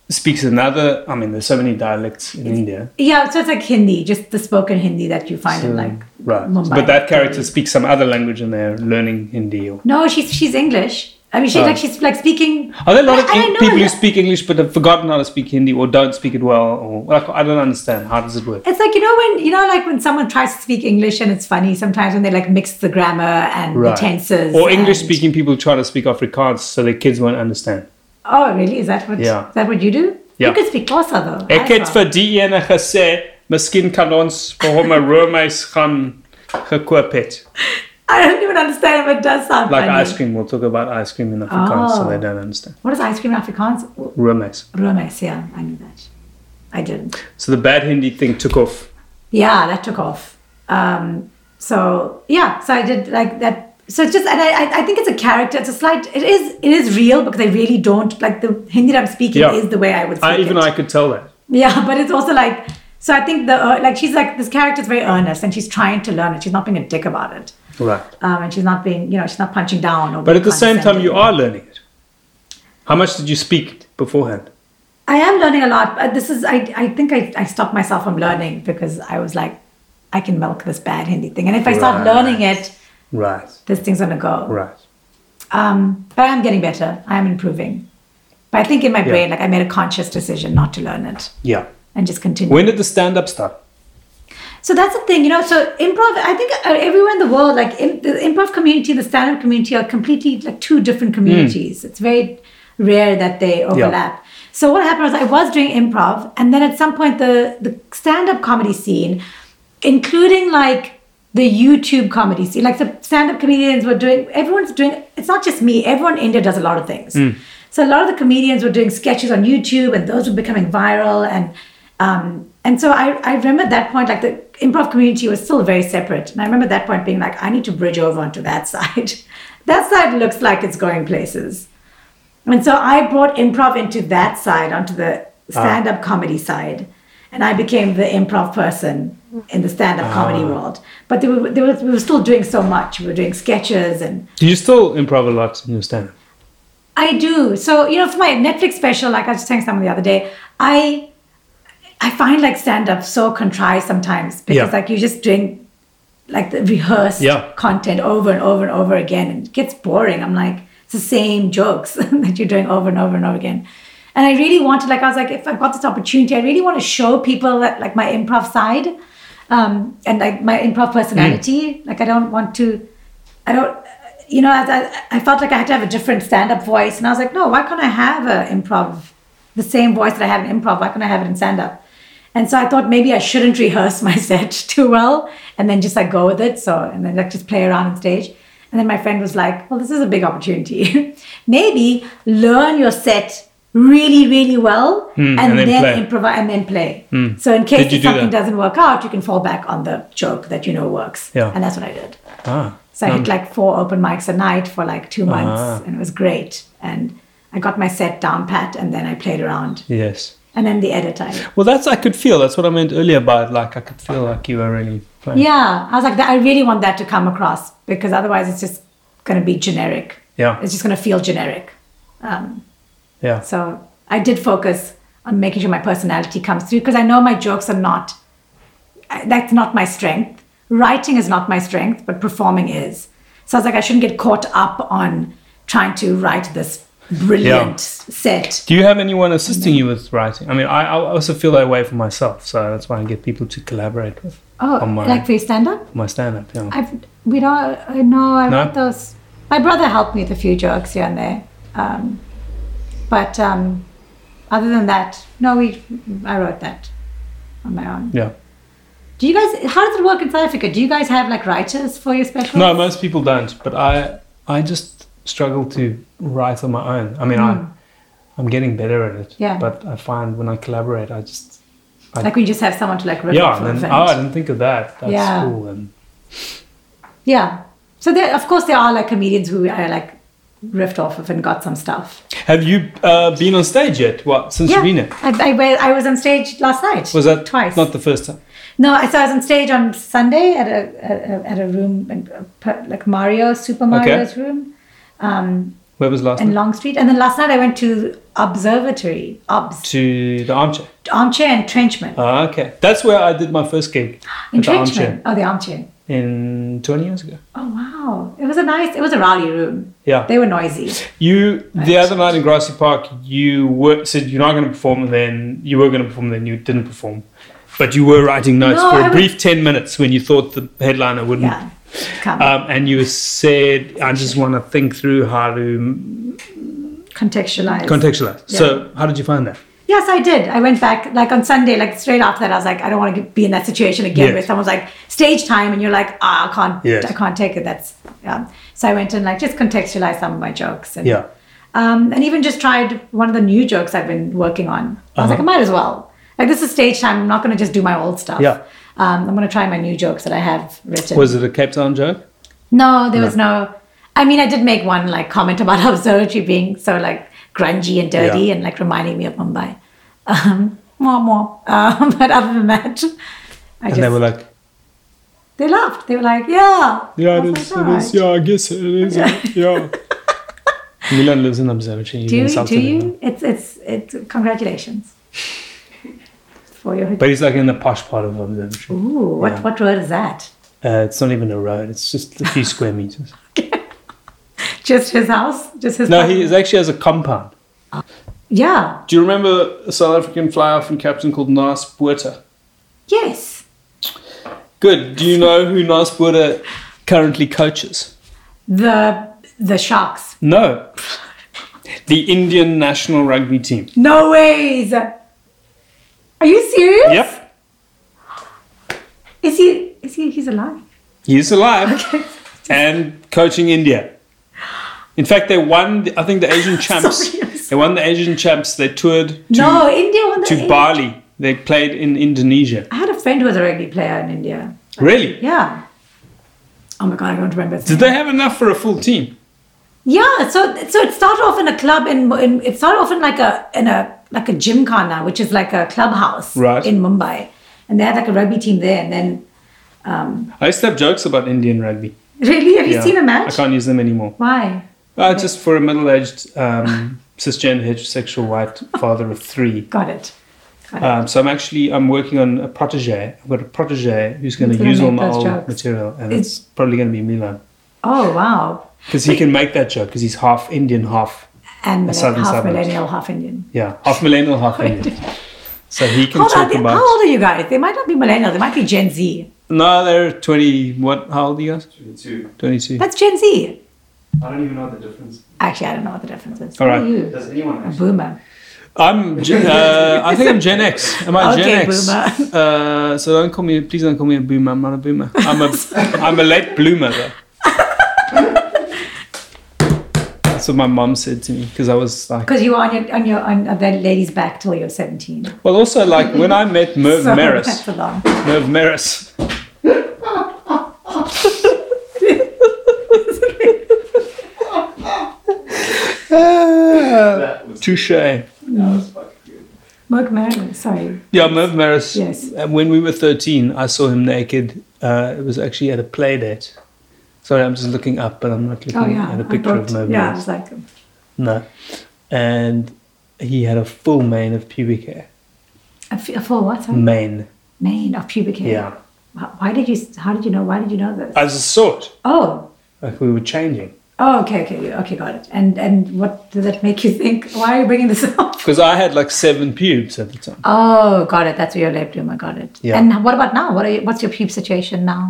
Speaker 1: speaks another. I mean, there's so many dialects in India,
Speaker 2: yeah, so it's like Hindi, just the spoken Hindi that you find in like
Speaker 1: Mm, right?
Speaker 2: Mumbai.
Speaker 1: But that character speaks some other language, and they're learning Hindi. Or
Speaker 2: No, she's she's English. I mean,
Speaker 1: Oh.
Speaker 2: she's like she's like speaking.
Speaker 1: are there a lot
Speaker 2: I-
Speaker 1: of
Speaker 2: I
Speaker 1: in-
Speaker 2: know
Speaker 1: people who
Speaker 2: that-
Speaker 1: speak English but have forgotten how to speak Hindi or don't speak it well? Or like, I don't understand. How does it work?
Speaker 2: It's like you know when you know like when someone tries to speak English and it's funny sometimes when they like mix the grammar and
Speaker 1: Right.
Speaker 2: the tenses.
Speaker 1: Or English
Speaker 2: and-
Speaker 1: speaking people try to speak Afrikaans so their kids won't understand.
Speaker 2: Oh, really? Is that what?
Speaker 1: Yeah.
Speaker 2: Is that what you do?
Speaker 1: Yeah.
Speaker 2: You can speak Xhosa though.
Speaker 1: Ek het
Speaker 2: as well.
Speaker 1: vir die ene gesê, miskien kan ons vir hom 'n roomys gaan gekoop het.
Speaker 2: I don't even understand, but it does sound
Speaker 1: Like
Speaker 2: funny.
Speaker 1: ice cream, we'll talk about ice cream in Afrikaans so
Speaker 2: Oh.
Speaker 1: they don't understand.
Speaker 2: What is ice cream in Afrikaans?
Speaker 1: Roomys.
Speaker 2: Rumes. Yeah, I knew that. I didn't.
Speaker 1: So the bad Hindi thing took off.
Speaker 2: yeah that took off um so yeah so i did like that so it's just and i I- i think it's a character it's a slight it is it is real because i really don't like the hindi that i'm speaking
Speaker 1: Yeah.
Speaker 2: is the way i would speak
Speaker 1: I, even
Speaker 2: it.
Speaker 1: I could tell that.
Speaker 2: yeah but it's also like so i think the uh, like she's like this character's very earnest and she's trying to learn it she's not being a dick about it
Speaker 1: Right.
Speaker 2: um, and she's not being you know she's not punching down or
Speaker 1: But
Speaker 2: being
Speaker 1: at the same time,
Speaker 2: condescending.
Speaker 1: you are learning it. How much did you speak beforehand?
Speaker 2: I am learning a lot, but this is, I, I think I, I stopped myself from learning because I was like, I can milk this bad Hindi thing. And if I start
Speaker 1: Right.
Speaker 2: learning it,
Speaker 1: Right.
Speaker 2: this thing's gonna go.
Speaker 1: Right.
Speaker 2: Um, but I'm getting better. I am improving. But I think in my brain, like I made a conscious decision not to learn it
Speaker 1: Yeah.
Speaker 2: and just continue.
Speaker 1: When did the stand up start?
Speaker 2: so that's the thing, you know. So improv, I think uh, everywhere in the world, like in, the improv community and the stand-up community, are completely like two different
Speaker 1: Hmm.
Speaker 2: communities. It's very rare that they overlap. So what happened was I was doing improv, and then at some point the the stand-up comedy scene, including like the YouTube comedy scene, like the stand-up comedians were doing. Everyone's doing. It's not just me. Everyone in India does a lot of things. So a lot of the comedians were doing sketches on YouTube, and those were becoming viral. And um, and so I I remember at that point like the improv community was still very separate, and I remember at that point being like, I need to bridge over onto that side. that side looks like it's going places. And so I brought improv into that side, onto the stand up comedy side. And I became the improv person in the stand up comedy world. But they were, they were, we were still doing so much. We were doing sketches and
Speaker 1: Do you still improv a lot in your stand up?
Speaker 2: I do. So, you know, for my Netflix special, like I was saying someone the other day, I I find like stand up so contrived sometimes because
Speaker 1: Yeah.
Speaker 2: like you're just doing like the rehearsed
Speaker 1: Yeah.
Speaker 2: content over and over and over again and it gets boring. I'm like, it's the same jokes that you're doing over and over and over again. And I really wanted, like, I was like, if I've got this opportunity, I really want to show people that, like my improv side um, and like my improv personality.
Speaker 1: Mm.
Speaker 2: Like, I don't want to, I don't, you know, I, I- I felt like I had to have a different stand up voice. And I was like, no, why can't I have an improv, the same voice that I have in improv? Why can't I have it in stand up? And so I thought maybe I shouldn't rehearse my set too well and then just like go with it. So, and then like just play around on stage. And then my friend was like, well, this is a big opportunity. maybe learn your set really, really well and,
Speaker 1: Hmm, and then
Speaker 2: then,
Speaker 1: play. Hmm.
Speaker 2: improvise and then play. So, in case
Speaker 1: Did you
Speaker 2: if
Speaker 1: do
Speaker 2: something
Speaker 1: that?
Speaker 2: doesn't work out, you can fall back on the joke that you know works.
Speaker 1: Yeah.
Speaker 2: And that's what I did.
Speaker 1: Ah.
Speaker 2: So I had like four open mics a night for like two months, and it was great. And I got my set down pat, and then I played around,
Speaker 1: Yes.
Speaker 2: and then the edit I
Speaker 1: Well, that's I could feel. That's what I meant earlier by it. Like I could feel like you were really playing.
Speaker 2: Yeah, I was like, that- I really want that to come across because otherwise it's just going to be generic.
Speaker 1: Yeah.
Speaker 2: It's just going to feel generic. Um,
Speaker 1: Yeah.
Speaker 2: so I did focus on making sure my personality comes through because I know my jokes are not, I- that's not my strength. Writing is not my strength, but performing is. So I was like, I shouldn't get caught up on trying to write this brilliant set.
Speaker 1: Do you have anyone assisting you with writing? I mean, I, I also feel that way for myself, so that's why I get people to collaborate with
Speaker 2: Oh,
Speaker 1: On my-
Speaker 2: like for your stand up?
Speaker 1: my stand-up. Yeah.
Speaker 2: I've we don't I know I
Speaker 1: No?
Speaker 2: wrote those. My brother helped me with a few jokes here and there, um, but um, other than that, no, we I wrote that on my own.
Speaker 1: Yeah.
Speaker 2: Do you guys? How does it work in South Africa? Do you guys have like writers for your specials?
Speaker 1: No, most people don't, but I I just struggle to write on my own. I mean, I I'm getting better at it.
Speaker 2: Hmm. Yeah.
Speaker 1: But I find when I collaborate, I just
Speaker 2: like we just have someone to like rip
Speaker 1: yeah.
Speaker 2: off
Speaker 1: And
Speaker 2: an
Speaker 1: then,
Speaker 2: event.
Speaker 1: oh, I didn't think of that. That's
Speaker 2: Yeah.
Speaker 1: cool. And
Speaker 2: yeah. So there, of course, there are like comedians who I like riffed off of and got some stuff.
Speaker 1: have you uh, been on stage yet? What since
Speaker 2: Yeah,
Speaker 1: you've been here?
Speaker 2: I, I, went- I was on stage last night.
Speaker 1: Was that
Speaker 2: twice?
Speaker 1: Not the first time.
Speaker 2: No, I- so I was on stage on Sunday at a at a, at a room in- uh, per- like Mario Super Mario's room um,
Speaker 1: Where was last
Speaker 2: in
Speaker 1: time?
Speaker 2: Long Street, and then last night I went to Observatory, Obs,
Speaker 1: To the armchair.
Speaker 2: Armchair Entrenchment,
Speaker 1: Ah, okay. That's where I did my first gig. At the armchair
Speaker 2: Entrenchment. Oh, the Armchair.
Speaker 1: in 20 years ago.
Speaker 2: Oh wow, it was a nice, it was a rowdy room.
Speaker 1: Yeah.
Speaker 2: They were noisy.
Speaker 1: You the other night in Grassy Park, you were said you're not going to perform, and then you were going to perform, then you didn't perform, but you were writing notes
Speaker 2: No,
Speaker 1: for
Speaker 2: I
Speaker 1: a
Speaker 2: was-
Speaker 1: brief ten minutes when you thought the headliner wouldn't.
Speaker 2: Yeah, come
Speaker 1: Um, and you said, "I just want to think through how to
Speaker 2: contextualize.
Speaker 1: contextualize." So, how did you find that?
Speaker 2: Yes, I did. I went back like on Sunday, like straight after that. I was like, I don't want to be in that situation again
Speaker 1: Yes.
Speaker 2: where someone's like stage time, and you're like, ah, I can't,
Speaker 1: Yes.
Speaker 2: I can't take it. That's yeah. So I went and like just contextualized some of my jokes, and
Speaker 1: Yeah.
Speaker 2: um, and even just tried one of the new jokes I've been working on. I was
Speaker 1: Uh-huh.
Speaker 2: like, I might as well. Like this is stage time. I'm not going to just do my old stuff.
Speaker 1: Yeah.
Speaker 2: Um, I'm going to try my new jokes that I have written.
Speaker 1: Was it a Cape Town joke?
Speaker 2: No, there was no. I mean, I did make one like comment about observatory being so like grungy and dirty
Speaker 1: Yeah.
Speaker 2: and like reminding me of Mumbai. Um, more, more. Um, but other than that, I
Speaker 1: And
Speaker 2: just
Speaker 1: they
Speaker 2: they,
Speaker 1: were like,
Speaker 2: laughed. They were like, "Yeah, I
Speaker 1: "Yeah, it
Speaker 2: was
Speaker 1: is.
Speaker 2: like,
Speaker 1: it is.
Speaker 2: "Alright."
Speaker 1: Yeah, I guess it is. Yeah." Milan lives in observatory.
Speaker 2: Do
Speaker 1: in
Speaker 2: you?
Speaker 1: South
Speaker 2: Do
Speaker 1: Africa.
Speaker 2: you? It's it's it's congratulations for your.
Speaker 1: But he's like in the posh part of observatory.
Speaker 2: Ooh, what
Speaker 1: Yeah.
Speaker 2: what word is that?
Speaker 1: Uh, it's not even a road. It's just a few square meters.
Speaker 2: Just his house? Just his?
Speaker 1: No,
Speaker 2: house?
Speaker 1: he is actually has a compound.
Speaker 2: Yeah.
Speaker 5: Do you remember a South African fly off and captain called Nas Buerta?
Speaker 2: Yes.
Speaker 5: Good. Do you know who Nas Buerta currently coaches?
Speaker 2: The the sharks.
Speaker 5: No. The Indian national rugby team.
Speaker 2: No ways. Are you serious?
Speaker 5: Yep.
Speaker 2: Is he? Is he? He's alive.
Speaker 5: He is alive and coaching India. In fact, they won, the, I think, the Asian champs.
Speaker 2: Sorry, I'm sorry.
Speaker 5: they won the Asian champs. They toured to,
Speaker 2: no, India won the.
Speaker 5: to Bali. They played in Indonesia.
Speaker 2: I had a friend who was a rugby player in India.
Speaker 5: Really?
Speaker 2: Yeah. Oh my god, I don't remember. His
Speaker 5: Did
Speaker 2: name.
Speaker 5: they have enough for a full team?
Speaker 2: Yeah. So so it started off in a club in, in it started off in like a in a like a gymkhana, which is like a clubhouse
Speaker 5: Right.
Speaker 2: in Mumbai, and they had like a rugby team there. And then
Speaker 5: I used to have jokes about Indian rugby.
Speaker 2: really, have you
Speaker 5: Yeah.
Speaker 2: seen a
Speaker 5: I
Speaker 2: match?
Speaker 5: can't use them anymore.
Speaker 2: Why?
Speaker 5: Uh, just for a middle aged um, cisgender heterosexual white father of three.
Speaker 2: Got it.
Speaker 5: Um, so I'm actually I'm working on a protege. I've got a protege who's going
Speaker 2: Who's
Speaker 5: to
Speaker 2: gonna
Speaker 5: use all
Speaker 2: make
Speaker 5: my
Speaker 2: those
Speaker 5: old
Speaker 2: jokes.
Speaker 5: material, and
Speaker 2: It's-
Speaker 5: it's, probably going to be Milan
Speaker 2: Oh wow.
Speaker 5: because he can make that joke because he's half Indian, half
Speaker 2: And
Speaker 5: A southern
Speaker 2: half
Speaker 5: suburb.
Speaker 2: millennial, half Indian.
Speaker 5: yeah, half millennial, half Indian. So he can
Speaker 2: Hold on,
Speaker 5: talk
Speaker 2: they-
Speaker 5: about.
Speaker 2: how old are you guys? They might not be millennial. They might be Gen Z.
Speaker 5: No, they're twenty. What? How old are you guys?
Speaker 3: Two.
Speaker 5: Twenty-two.
Speaker 2: That's Gen Z.
Speaker 3: I don't even know the difference.
Speaker 2: Actually, I don't know what the difference is.
Speaker 5: All
Speaker 2: What
Speaker 5: right.
Speaker 2: are you?
Speaker 3: Does anyone
Speaker 2: A
Speaker 3: actually?
Speaker 2: boomer.
Speaker 5: I'm. Gen- Uh, I think I'm Gen X. Am I
Speaker 2: Okay,
Speaker 5: Gen X?
Speaker 2: boomer.
Speaker 5: Uh, so don't call me. Please don't call me a boomer. I'm not a boomer. I'm a. I'm a late bloomer though. That's what my mom said to me because I was like.
Speaker 2: Because you were on your on your on that lady's back till you're 17.
Speaker 5: Well, also like when I met Merv
Speaker 2: So
Speaker 5: Maris,
Speaker 2: That's a long.
Speaker 5: Merv Maris,
Speaker 1: Uh,
Speaker 3: That was,
Speaker 5: touche.
Speaker 3: that was fucking good.
Speaker 2: Mark Maron, sorry. Oh,
Speaker 5: Yeah, Merv Maris.
Speaker 2: Yes.
Speaker 5: And when we were thirteen, I saw him naked. Uh, it was actually at a play date. Sorry, I'm just looking up, but I'm not looking
Speaker 2: Oh yeah.
Speaker 5: at a
Speaker 2: I
Speaker 5: picture of
Speaker 2: booked-
Speaker 5: Merv
Speaker 2: Yeah, I
Speaker 5: Maris.
Speaker 2: was like,
Speaker 5: No. And he had a full mane of pubic hair.
Speaker 2: a f- a full what? Sorry?
Speaker 5: Mane.
Speaker 2: Mane of pubic hair.
Speaker 5: Hmm. Yeah.
Speaker 2: Why- Why did you? How did you know? Why did you know this?
Speaker 5: I just saw it.
Speaker 2: Oh,
Speaker 5: Like we were changing.
Speaker 2: Oh, okay, okay, okay, got it. And and what did that make you think? Why are you bringing this up?
Speaker 1: Because I had like seven pubes at the time.
Speaker 2: Oh, got it. That's where your lab tumor got it.
Speaker 1: Yeah.
Speaker 2: And what about now? What are you, what's your pube situation now?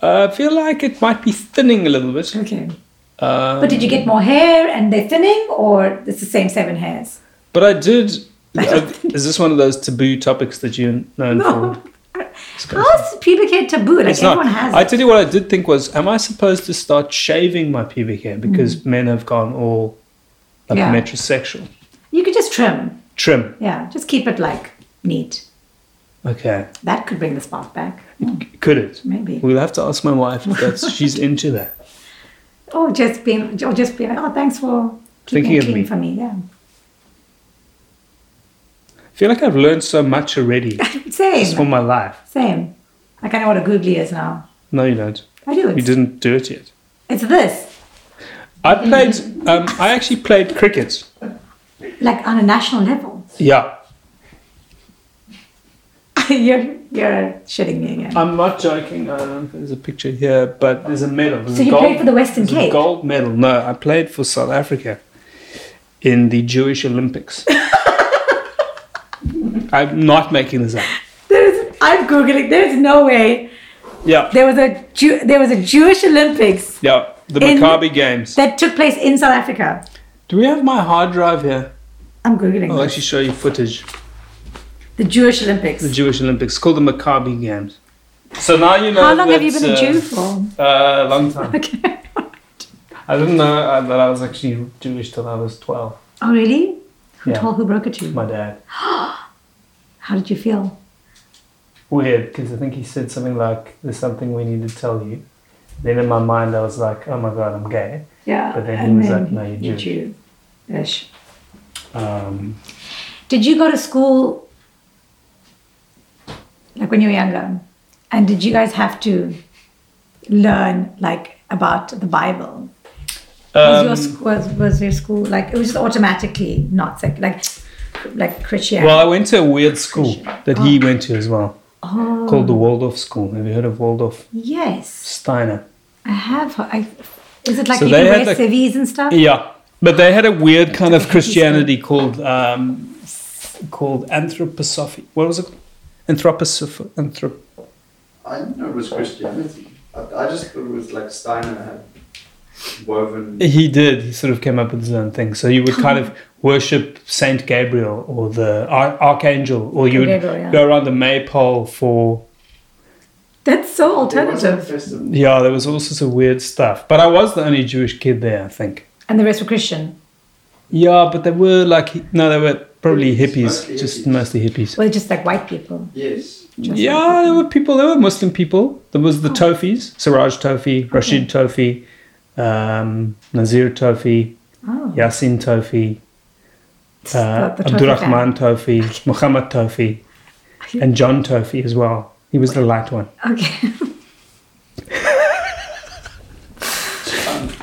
Speaker 1: Uh, I feel like it might be thinning a little bit.
Speaker 2: Okay.
Speaker 1: Uh,
Speaker 5: Um,
Speaker 2: But did you get more hair and they're thinning, or it's the same seven hairs?
Speaker 1: but I did. uh, is this one of those taboo topics that you're known
Speaker 2: No.
Speaker 1: for?
Speaker 2: How's pubic hair taboo? Like
Speaker 1: It's
Speaker 2: everyone
Speaker 1: not.
Speaker 2: has.
Speaker 1: I
Speaker 2: it.
Speaker 1: tell you what I did think was, am I supposed to start shaving my pubic hair because men have gone all like
Speaker 2: Mm. Yeah.
Speaker 1: metrosexual?
Speaker 2: You could just trim.
Speaker 1: Trim.
Speaker 2: Yeah, just keep it like neat.
Speaker 1: Okay.
Speaker 2: That could bring the spark back.
Speaker 1: Could it?
Speaker 2: Maybe.
Speaker 1: We'll have to ask my wife if that's she's into that.
Speaker 2: Or Oh, just being, or just being like, oh, thanks for keeping
Speaker 1: Thinking
Speaker 2: it
Speaker 1: of
Speaker 2: clean
Speaker 1: me.
Speaker 2: for me. Yeah.
Speaker 1: I feel like I've learned so much already just for
Speaker 2: Same.
Speaker 1: my life.
Speaker 2: Same. I kind of what a googly is now.
Speaker 1: No, you don't.
Speaker 2: I do. It's,
Speaker 1: You didn't do it yet.
Speaker 2: it's this,
Speaker 1: I played. Um, I actually played cricket.
Speaker 2: like on a national level.
Speaker 1: Yeah.
Speaker 2: you're you're shitting me again.
Speaker 1: I'm not joking. I don't think there's a picture here, but there's a medal. There's
Speaker 2: So
Speaker 1: a
Speaker 2: you played for the Western
Speaker 1: there's a
Speaker 2: Cape?
Speaker 1: gold medal. No, I played for South Africa in the Jewish Olympics. I'm not making this up.
Speaker 2: There's, I'm googling. There's no way
Speaker 1: Yeah,
Speaker 2: there was a Jew, there was a Jewish Olympics
Speaker 1: yeah. The
Speaker 2: In-
Speaker 1: Maccabi Games.
Speaker 2: that took place in South Africa.
Speaker 1: Do we have my hard drive here?
Speaker 2: I'm googling
Speaker 1: I'll
Speaker 2: this.
Speaker 1: actually show you footage.
Speaker 2: the Jewish Olympics.
Speaker 1: The Jewish Olympics, it's called the Maccabi Games. So now you know.
Speaker 2: How long have you
Speaker 1: that,
Speaker 2: been a
Speaker 1: uh,
Speaker 2: Jew for?
Speaker 1: Uh, long time.
Speaker 2: Okay.
Speaker 1: I didn't know uh, that I was actually Jewish till I was twelve.
Speaker 2: Oh really? Who
Speaker 1: Yeah.
Speaker 2: told? Who broke it to you?
Speaker 1: My dad.
Speaker 2: How did you feel?
Speaker 1: weird because I think he said something like, "There's something we need to tell you." Then in my mind, I was like, "Oh my god, I'm gay."
Speaker 2: Yeah.
Speaker 1: But then he
Speaker 2: and
Speaker 1: was like, "No, you're
Speaker 2: you're
Speaker 1: Jew."
Speaker 2: Jewish.
Speaker 1: Um,
Speaker 2: Did you go to school like when you were younger? And did you guys have to learn like about the Bible? Was your
Speaker 1: um,
Speaker 2: sc- was, was your school like it was just automatically not sec- like like Christianity?
Speaker 1: well, I went to a weird school that he went to as well,
Speaker 2: oh,
Speaker 1: called the Waldorf School. Have you heard of Waldorf
Speaker 2: yes,
Speaker 1: Steiner?
Speaker 2: I have. heard- I, is it like
Speaker 1: So
Speaker 2: you
Speaker 1: they
Speaker 2: can wear
Speaker 1: had, like-
Speaker 2: CVs and stuff?
Speaker 1: Yeah, but they had a weird kind of Christianity called um, called anthroposophy. What was it? called? Anthroposophy. Anthrop-
Speaker 3: I didn't know it was Christianity. I, I just thought it was like Steiner had woven.
Speaker 1: He did. He sort of came up with his own thing. So you would kind of worship Saint Gabriel or the Ar- Archangel, or you would
Speaker 2: Gabriel, yeah.
Speaker 1: go around the maypole for.
Speaker 2: That's so
Speaker 3: There wasn't a
Speaker 2: alternative.
Speaker 3: festival.
Speaker 1: Yeah, there was all sorts of weird stuff. But I was the only Jewish kid there, I think.
Speaker 2: And the rest were Christian.
Speaker 1: Yeah, but they were like no, they were probably hippies,
Speaker 3: Mostly
Speaker 1: just
Speaker 3: hippies.
Speaker 1: mostly hippies.
Speaker 2: Well, just like white people.
Speaker 3: Yes.
Speaker 1: Yeah, there were people. There were Muslim people. There was the
Speaker 2: Oh.
Speaker 1: Tofis, Siraj Tofi, Rashid Tofi, um, Nazir Tofi,
Speaker 2: Oh,
Speaker 1: Yasin Tofi,
Speaker 2: it's
Speaker 1: uh,
Speaker 2: the- the Turkey
Speaker 1: Abdurrahman Tofi, Muhammad Tofi, and John Tofi as well. He was the light one.
Speaker 2: fan. Okay.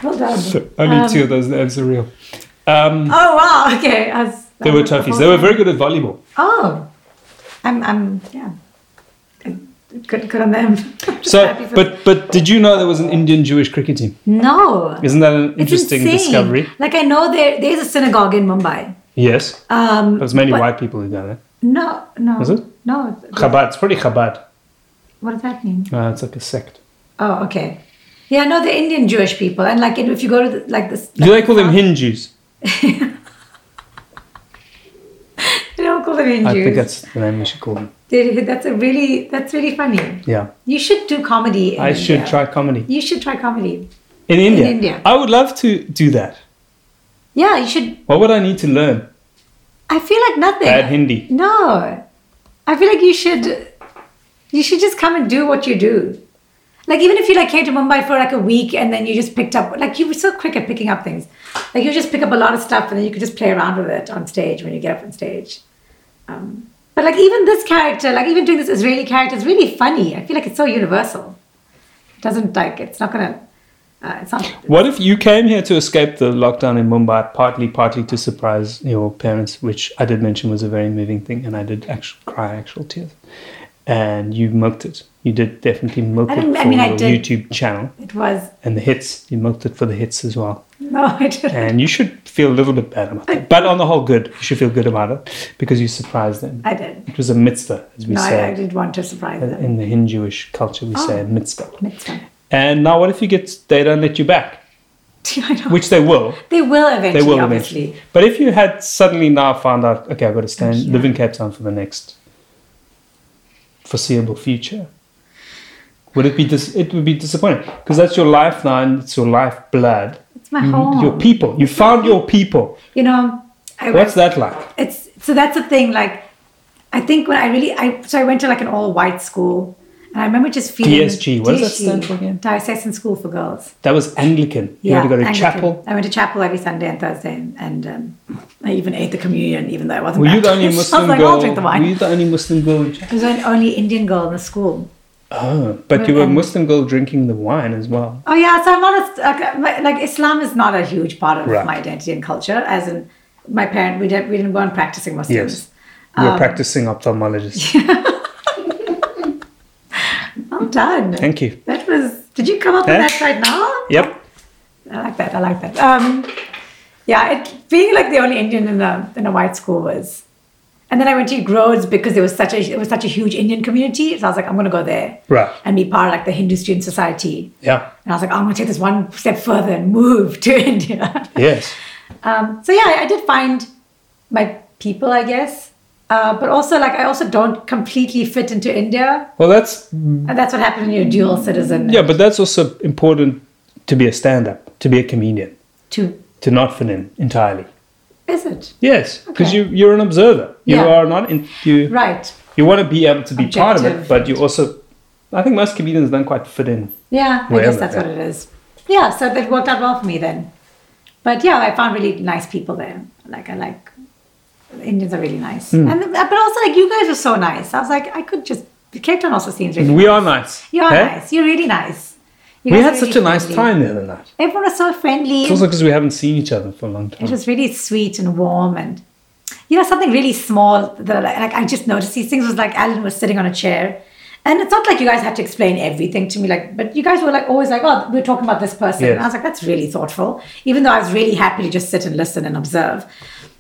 Speaker 2: well done.
Speaker 1: Only
Speaker 2: Um,
Speaker 1: two of those names are real. Um,
Speaker 2: Oh wow. Okay. I was,
Speaker 1: they were Tofis. They were very good at volleyball.
Speaker 2: Oh, I'm. I'm. Yeah. Good. Good on them. Just
Speaker 1: So,
Speaker 2: happy for them.
Speaker 1: but but did you know there was an Indian Jewish cricket team?
Speaker 2: no.
Speaker 1: Isn't that an
Speaker 2: It's
Speaker 1: interesting
Speaker 2: insane.
Speaker 1: discovery?
Speaker 2: Like I know there there's a synagogue in Mumbai.
Speaker 1: Yes,
Speaker 2: Um,
Speaker 1: it was mainly
Speaker 2: but-
Speaker 1: white people who got it.
Speaker 2: No, no.
Speaker 1: Is it?
Speaker 2: No.
Speaker 1: Chabad. It's probably Chabad.
Speaker 2: What does that mean?
Speaker 1: Uh, it's like a sect.
Speaker 2: Oh, okay. Yeah, no, the Indian Jewish people, and like if you go to the, like this,
Speaker 1: Do they call them Hindus?
Speaker 2: they don't call them
Speaker 1: I think
Speaker 2: Hindus.
Speaker 1: that's the name we should call them.
Speaker 2: They- That's a really that's really funny.
Speaker 1: Yeah,
Speaker 2: You should do comedy. In
Speaker 1: I
Speaker 2: India.
Speaker 1: should try comedy
Speaker 2: You should try comedy.
Speaker 1: in India.
Speaker 2: India.
Speaker 1: I would love to do that.
Speaker 2: Yeah, you should.
Speaker 1: What would I need to learn?
Speaker 2: I feel like nothing.
Speaker 1: Bad Hindi.
Speaker 2: No, I feel like you should. You should just come and do what you do. Like even if you like came to Mumbai for like a week and then you just picked up like you were so quick at picking up things, like you just pick up a lot of stuff and then you could just play around with it on stage when you get up on stage. Um, but like even this character, like even doing this Israeli character is really funny. I feel like it's so universal. It doesn't like it's not gonna. Uh, it's not.
Speaker 1: What if you came here to escape the lockdown in Mumbai, partly, partly to surprise your parents, which I did mention was a very moving thing, and I did actually cry actual tears. and you milked it. You did definitely milk
Speaker 2: I
Speaker 1: it
Speaker 2: didn't-
Speaker 1: for
Speaker 2: I mean, I
Speaker 1: your
Speaker 2: did.
Speaker 1: YouTube channel
Speaker 2: It was
Speaker 1: and the hits. You milked it for the hits as well.
Speaker 2: no, I didn't.
Speaker 1: And you should feel a little bit bad about that. But on the whole, good. You should feel good about it because you surprised them.
Speaker 2: I did.
Speaker 1: It was a mitzvah, as we
Speaker 2: No, I, I
Speaker 1: say.
Speaker 2: didn't want to surprise them.
Speaker 1: In the Hinduish culture, we say
Speaker 2: Oh.
Speaker 1: mitzvah.
Speaker 2: Next time.
Speaker 1: And now, what if you get they don't let you back,
Speaker 2: I know.
Speaker 1: which they will.
Speaker 2: they will eventually.
Speaker 1: They will
Speaker 2: obviously.
Speaker 1: eventually. But if you had suddenly now found out, okay, I've got to stay and live in Cape Town for the next foreseeable future, would it be dis- it would be disappointing because that's your life now and it's your life blood,
Speaker 2: It's my home.
Speaker 1: Mm-hmm. your people. You found your people.
Speaker 2: you know, I
Speaker 1: What's that like?
Speaker 2: it's so that's the thing like i think when i really i so i went to like an all-white school and i remember just feeling
Speaker 1: DSG, what does that stand for again?
Speaker 2: diocesan school for girls
Speaker 1: That was Anglican. You had to go to
Speaker 2: Anglican.
Speaker 1: chapel.
Speaker 2: i went to chapel every sunday and thursday and, and um, i even ate the communion even though i wasn't
Speaker 1: Were you the only
Speaker 2: Baptist.
Speaker 1: Muslim
Speaker 2: i was like
Speaker 1: girl?
Speaker 2: i'll drink the wine
Speaker 1: Were you the only Muslim girl? in chapel?
Speaker 2: i was the only indian girl in the school
Speaker 1: Oh, but you were a
Speaker 2: Um,
Speaker 1: Muslim girl drinking the wine as well.
Speaker 2: Oh yeah, so I'm not a, like, uh, my- like Islam is not a huge part of
Speaker 1: Right.
Speaker 2: my identity and culture. As in, my parent we didn't we didn't weren't practicing Muslims.
Speaker 1: Yes. You
Speaker 2: Um,
Speaker 1: were practicing ophthalmologist.
Speaker 2: Well done.
Speaker 1: Thank you.
Speaker 2: That was. Did you come up with
Speaker 1: Eh?
Speaker 2: that right now?
Speaker 1: Yep.
Speaker 2: I like that. I like that. Um, yeah, it, being like the only Indian in a in a white school was, and then I went to Groves because there was such a it was such a huge Indian community. So I was like, I'm gonna go there,
Speaker 1: Right.
Speaker 2: and be part of like the Hindu Student Society.
Speaker 1: Yeah.
Speaker 2: And I was like, I'm gonna take this one step further and move to India.
Speaker 1: Yes.
Speaker 2: Um, so yeah, I, I did find my people, I guess. Uh, but also, like, I also don't completely fit into India,
Speaker 1: Well, that's
Speaker 2: and that's what happened when you're a dual citizen.
Speaker 1: yeah, but that's also important to be a stand-up, to be a comedian,
Speaker 2: Too
Speaker 1: to not fit in entirely.
Speaker 2: is it
Speaker 1: Yes, because
Speaker 2: Okay.
Speaker 1: you you're an observer. You
Speaker 2: Yeah.
Speaker 1: are not in you.
Speaker 2: right?
Speaker 1: You want to be able to be part of it,
Speaker 2: Objective.
Speaker 1: but you also, I think most comedians don't quite fit in.
Speaker 2: Yeah, I
Speaker 1: Wherever,
Speaker 2: guess that's
Speaker 1: yeah.
Speaker 2: what it is. Yeah, so that worked out well for me then. But yeah, I found really nice people there. Like I like Indians are really nice,
Speaker 1: Hmm.
Speaker 2: and uh, but also like you guys are so nice. I was like, I could just Cape Town also seems really.
Speaker 1: We are nice.
Speaker 2: You are
Speaker 1: eh?
Speaker 2: nice. You're really nice. You
Speaker 1: We
Speaker 2: guys
Speaker 1: had
Speaker 2: are
Speaker 1: such a
Speaker 2: really
Speaker 1: nice
Speaker 2: friendly.
Speaker 1: time the other night.
Speaker 2: Everyone was so friendly.
Speaker 1: It's also because we haven't seen each other for a long time.
Speaker 2: It was really sweet and warm and you know something really small that I- like I just noticed these things was like Alan was sitting on a chair and it's not like you guys had to explain everything to me like but you guys were like always like oh we're talking about this person and I
Speaker 1: Yes.
Speaker 2: was like that's really thoughtful even though I was really happy to just sit and listen and observe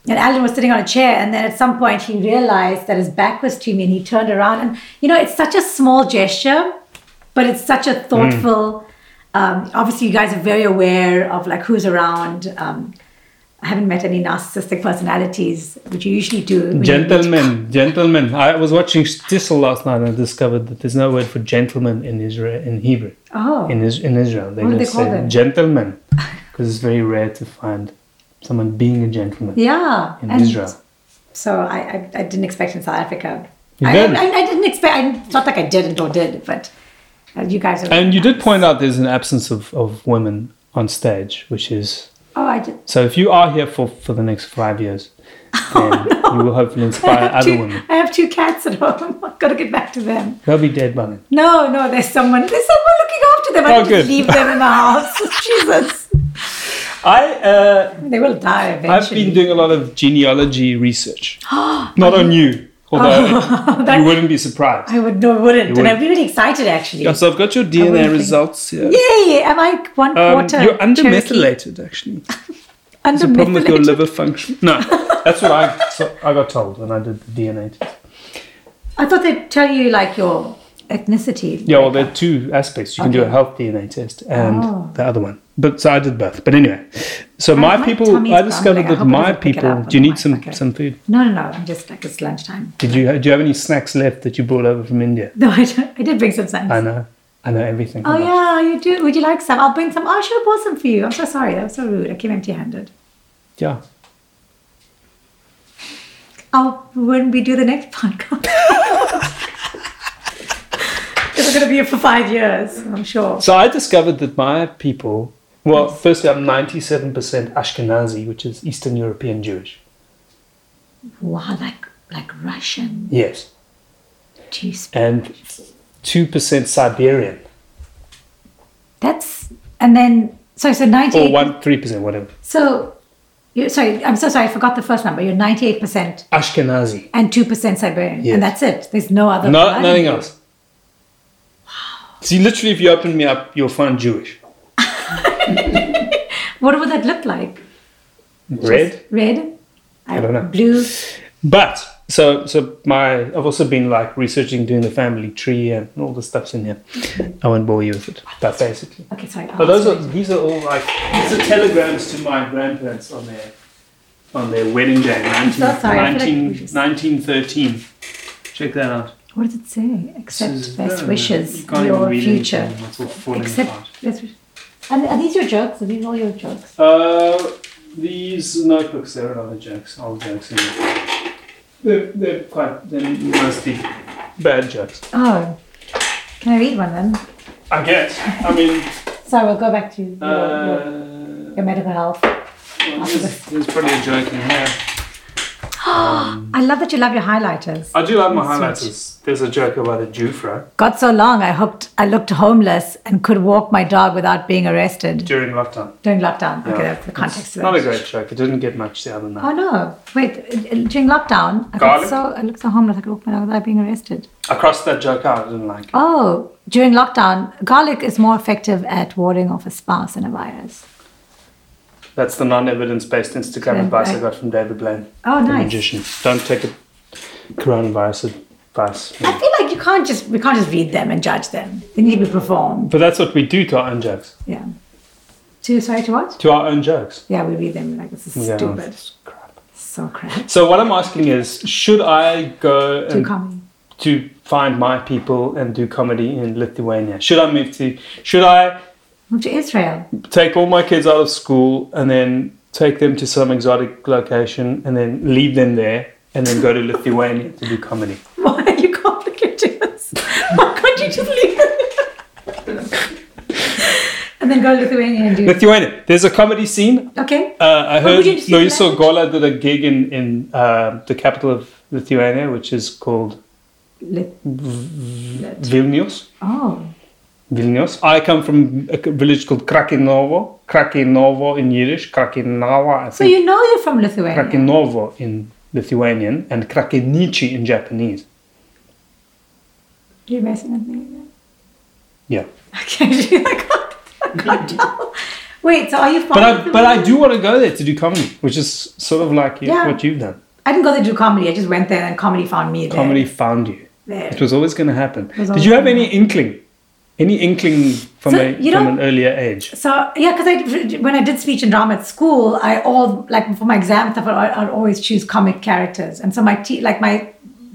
Speaker 2: and Alan was sitting on a chair and then at some point he realized that his back was to me and he turned around and you know it's such a small gesture but it's such a thoughtful um, obviously you guys are very aware of like who's around um, I haven't met any narcissistic personalities, which you usually do. when you meet-
Speaker 1: Gentlemen, gentlemen. I was watching Stissel last night and I discovered that there's no word for gentleman in Israel in Hebrew.
Speaker 2: Oh,
Speaker 1: In, is- in Israel, they
Speaker 2: What do they
Speaker 1: just
Speaker 2: call
Speaker 1: say
Speaker 2: them?
Speaker 1: gentleman because it's very rare to find someone being a gentleman
Speaker 2: yeah.
Speaker 1: in
Speaker 2: and
Speaker 1: Israel.
Speaker 2: So I, I, I didn't expect in South Africa.
Speaker 1: You
Speaker 2: I,
Speaker 1: didn't?
Speaker 2: I, I didn't expect. I, it's not like I didn't or did, but uh, you guys are.
Speaker 1: And you did point out there's an absence of, of women on stage, which is
Speaker 2: Oh, I did.
Speaker 1: so. If you are here for, for the next five years, then you will hopefully
Speaker 2: I
Speaker 1: inspire
Speaker 2: have,
Speaker 1: other
Speaker 2: two,
Speaker 1: women.
Speaker 2: I have two cats at home. I've got to get back to them.
Speaker 1: They'll be dead by then.
Speaker 2: No, no, there's someone. There's someone looking after them. I
Speaker 1: Oh,
Speaker 2: oh,
Speaker 1: good.
Speaker 2: just leave them in the house. Jesus,
Speaker 1: I uh,
Speaker 2: they will die eventually.
Speaker 1: I've been doing a lot of genealogy research, not on you, although
Speaker 2: that-
Speaker 1: you wouldn't be surprised.
Speaker 2: I would no, wouldn't, and
Speaker 1: wouldn't.
Speaker 2: I'm really excited actually.
Speaker 1: Yeah, so I've got your
Speaker 2: wouldn't
Speaker 1: DNA
Speaker 2: think-
Speaker 1: results here.
Speaker 2: Yay! Am I one
Speaker 1: Um,
Speaker 2: quarter?
Speaker 1: you're
Speaker 2: Cherokee?
Speaker 1: undermethylated, actually. It's a problem with your
Speaker 2: Undermethylated.
Speaker 1: liver function. No, that's what I so I got told when I did the DNA test.
Speaker 2: I thought they'd tell you like your ethnicity.
Speaker 1: Yeah, well, there are two aspects. You can do a
Speaker 2: Okay.
Speaker 1: health DNA test and
Speaker 2: Oh.
Speaker 1: the other one. But so I did both. But anyway, so my,
Speaker 2: my
Speaker 1: people,
Speaker 2: tummy's
Speaker 1: I discovered
Speaker 2: grumbling. I
Speaker 1: that
Speaker 2: hope it
Speaker 1: my
Speaker 2: doesn't pick it
Speaker 1: people.
Speaker 2: up on
Speaker 1: Do you
Speaker 2: the
Speaker 1: need
Speaker 2: mic.
Speaker 1: some
Speaker 2: Okay.
Speaker 1: some food?
Speaker 2: No, no, no. I'm just like it's lunchtime.
Speaker 1: Did you do you have any snacks left that you brought over from India?
Speaker 2: No, I, don't, I did bring some snacks.
Speaker 1: I know, I know everything.
Speaker 2: Oh
Speaker 1: about-
Speaker 2: yeah, you do. Would you like some? I'll bring some. Oh, I should have bought some for you. I'm so sorry. That was so rude. I came empty-handed.
Speaker 1: yeah.
Speaker 2: Oh, when we do the next podcast. Because we're going to be here for five years, I'm sure.
Speaker 1: So I discovered that my people. Well, firstly, I'm 97% Ashkenazi, which is Eastern European Jewish.
Speaker 2: Wow, like like Russian.
Speaker 1: Yes,
Speaker 2: Do you speak?
Speaker 1: and two percent Siberian,
Speaker 2: That's and then so so ninety.
Speaker 1: or one three percent, whatever.
Speaker 2: So you sorry, I'm so sorry, I forgot the first number. You're 98%
Speaker 1: Ashkenazi.
Speaker 2: and 2% Siberian.
Speaker 1: Yes.
Speaker 2: And that's it. There's no other.
Speaker 1: No,
Speaker 2: blood.
Speaker 1: nothing else. See, literally, if you open me up, you'll find Jewish.
Speaker 2: What would that look like?
Speaker 1: Red.
Speaker 2: Red? I
Speaker 1: don't know.
Speaker 2: Blue?
Speaker 1: But so so my I've also been like researching doing the family tree and all the stuff's in here. I won't bore you with it. But basically.
Speaker 2: Okay, sorry.
Speaker 1: But those are these are all like these are telegrams to my grandparents on their on their wedding day, 19,
Speaker 2: so sorry, I feel like
Speaker 1: 19
Speaker 2: we just-
Speaker 1: 1913. Check that out.
Speaker 2: What does it say? Accept
Speaker 1: This is- no,
Speaker 2: best
Speaker 1: no, no,
Speaker 2: wishes,
Speaker 1: you can't even
Speaker 2: your
Speaker 1: read
Speaker 2: future.
Speaker 1: anything, it's all falling apart.
Speaker 2: Accept best wishes. Are, are these your jokes? Are these all your jokes?
Speaker 1: Uh, these notebooks, there are other jokes, old jokes in there. They're, they're quite, they're mostly bad jokes.
Speaker 2: Oh. Can I read one then?
Speaker 1: I guess. I mean,
Speaker 2: Sorry, we'll go back to your, your,
Speaker 1: uh,
Speaker 2: your medical health.
Speaker 1: well, there's, there's probably a joke in here. Um,
Speaker 2: I love that you love your highlighters.
Speaker 1: I do like my highlights. There's a joke about a Jufro
Speaker 2: Got so long, I hooked. I looked homeless and could walk my dog without being arrested
Speaker 1: during lockdown.
Speaker 2: during lockdown. Okay, that's the
Speaker 1: It's
Speaker 2: context of
Speaker 1: Not a
Speaker 2: it.
Speaker 1: great joke. It didn't get much the other
Speaker 2: Oh
Speaker 1: night.
Speaker 2: no! Wait, during lockdown, I
Speaker 1: Garlic?
Speaker 2: got so I looked so homeless. I could walk my dog without being arrested.
Speaker 1: I crossed that joke out. I didn't like it.
Speaker 2: Oh, during lockdown, garlic is more effective at warding off a spouse and a virus.
Speaker 1: That's the non-evidence-based Instagram
Speaker 2: Yeah,
Speaker 1: advice I
Speaker 2: right.
Speaker 1: got from David Blaine,
Speaker 2: Oh,
Speaker 1: the
Speaker 2: nice.
Speaker 1: magician. Don't take a coronavirus advice.
Speaker 2: I feel like you can't just we can't just read them and judge them. They need to be performed.
Speaker 1: But that's what we do to our own jokes.
Speaker 2: Yeah. Too sorry to what?
Speaker 1: To our own jokes.
Speaker 2: Yeah, we read them like this is
Speaker 1: Yeah.
Speaker 2: stupid.
Speaker 1: Crap.
Speaker 2: So crap.
Speaker 1: So what I'm asking is, should I go
Speaker 2: Too
Speaker 1: and
Speaker 2: comedy.
Speaker 1: to find my people and do comedy in Lithuania? Should I move to? Should I
Speaker 2: Move to Israel.
Speaker 1: take all my kids out of school and then take them to some exotic location and then leave them there and then go to Lithuania to do comedy?
Speaker 2: Why are you complicating this? Why can't you just leave it? and then go to Lithuania and do
Speaker 1: Lithuania. There's a comedy scene.
Speaker 2: Okay.
Speaker 1: Uh, I
Speaker 2: What
Speaker 1: heard
Speaker 2: would you do?
Speaker 1: Luiso Gola did a gig in in uh, the capital of Lithuania, which is called
Speaker 2: Lit- lit.
Speaker 1: Vilnius.
Speaker 2: Oh.
Speaker 1: Vilnius. I come from a c- village called Krakinovo. Krakinovo in Yiddish, Krakinawa, I
Speaker 2: So
Speaker 1: think.
Speaker 2: you know you're from Lithuania.
Speaker 1: Krakinovo in Lithuanian, and Krakenichi in Japanese.
Speaker 2: You're messing with me.
Speaker 1: Yeah.
Speaker 2: Okay, she's like, I can't tell. Wait, so are you from
Speaker 1: But I, but I
Speaker 2: Lithuania?
Speaker 1: do want to go there to do comedy, which is sort of like you,
Speaker 2: Yeah.
Speaker 1: what you've done.
Speaker 2: I didn't go there to do comedy. I just went there and comedy found me there.
Speaker 1: Comedy found you.
Speaker 2: There.
Speaker 1: It was always going to happen.
Speaker 2: was
Speaker 1: Did you
Speaker 2: always
Speaker 1: have
Speaker 2: gonna
Speaker 1: any inkling? Any inkling from,
Speaker 2: So,
Speaker 1: a,
Speaker 2: you
Speaker 1: from
Speaker 2: know-
Speaker 1: an earlier age?
Speaker 2: So yeah, because I when I did speech and drama at school, I all like for my exam stuff, I, I'd always choose comic characters, and so my te- like my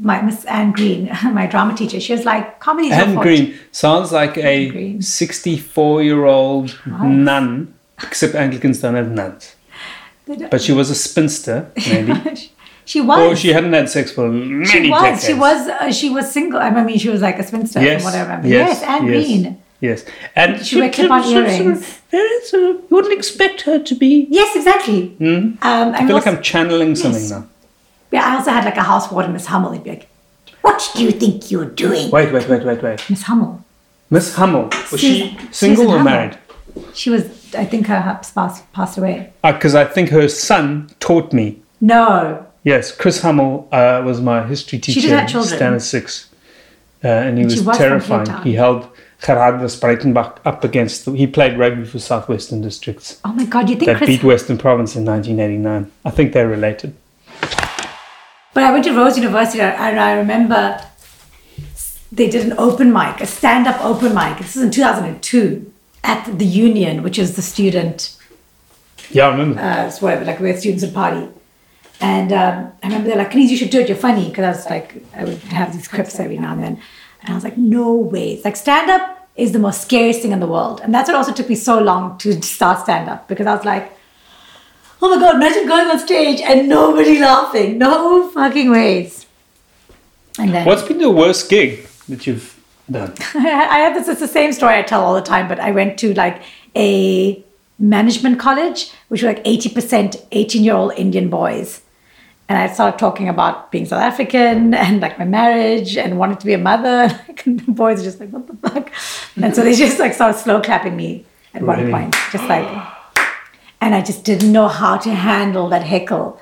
Speaker 2: my Miss Anne Green, my drama teacher, she was like comedy.
Speaker 1: Anne Green sounds like a
Speaker 2: Green.
Speaker 1: 64 year old nun, except Anglicans don't have nuns. But she was a spinster, maybe.
Speaker 2: she
Speaker 1: or
Speaker 2: was.
Speaker 1: she hadn't had sex for many
Speaker 2: she was.
Speaker 1: decades.
Speaker 2: She was. Uh, she was single. I mean, she was like a spinster.
Speaker 1: Yes.
Speaker 2: From what I remember.
Speaker 1: Yes.
Speaker 2: Yes, Anne
Speaker 1: yes,
Speaker 2: Green.
Speaker 1: Yes. And
Speaker 2: She wear
Speaker 1: sort
Speaker 2: clip-on
Speaker 1: of- sort of-
Speaker 2: earrings.
Speaker 1: very sort of- you wouldn't expect her to be.
Speaker 2: Yes, exactly.
Speaker 1: Hmm?
Speaker 2: Um, and
Speaker 1: I feel like
Speaker 2: also-
Speaker 1: I'm channeling something now.
Speaker 2: yeah, I also had like a house warden, Miss Hummel. He'd be like, "What do you think you're doing,
Speaker 1: Wait, wait, wait, wait, wait.
Speaker 2: Miss Hummel?"
Speaker 1: Miss Hummel, was she
Speaker 2: Susan-
Speaker 1: single
Speaker 2: Susan
Speaker 1: or
Speaker 2: Hummel.
Speaker 1: married?
Speaker 2: She was. I think her husband passed passed away.
Speaker 1: Because Uh, I think her son taught me.
Speaker 2: No,
Speaker 1: Yes, Chris Hummel uh, was my history teacher.
Speaker 2: did have children.
Speaker 1: Standard six. Uh, and he
Speaker 2: she
Speaker 1: was,
Speaker 2: was from
Speaker 1: terrifying.
Speaker 2: Cape Town.
Speaker 1: He held Gerhard Breitenbach up against. The, he played rugby for Southwestern Districts.
Speaker 2: Oh my God, you think
Speaker 1: that
Speaker 2: Chris?
Speaker 1: beat Western Province in 1989. I think they're related.
Speaker 2: but I went to Rose University and I remember they did an open mic, a stand up open mic. This is in 2002 at the Union, which is the student,
Speaker 1: Yeah, I remember.
Speaker 2: uh, it's whatever, like where students would party. And um, I remember they're like, Kenise, you should do it, you're funny. Because I was like, I would have these clips every now and then. And I was like, no way. It's like stand up is the most scariest thing in the world. And that's what also took me so long to start stand up because I was like, Oh my god, imagine going on stage and nobody laughing. No fucking ways. And then
Speaker 1: What's been the worst gig that you've done?
Speaker 2: I had this, it's the same story I tell all the time, but I went to like a management college, which were like 80% 18 year old Indian boys. And I started talking about being South African and like my marriage and wanting to be a mother. Like, and the boys are just like, what the fuck? And so they just like started slow clapping me at one
Speaker 1: Really?
Speaker 2: point, just like. and I just didn't know how to handle that heckle.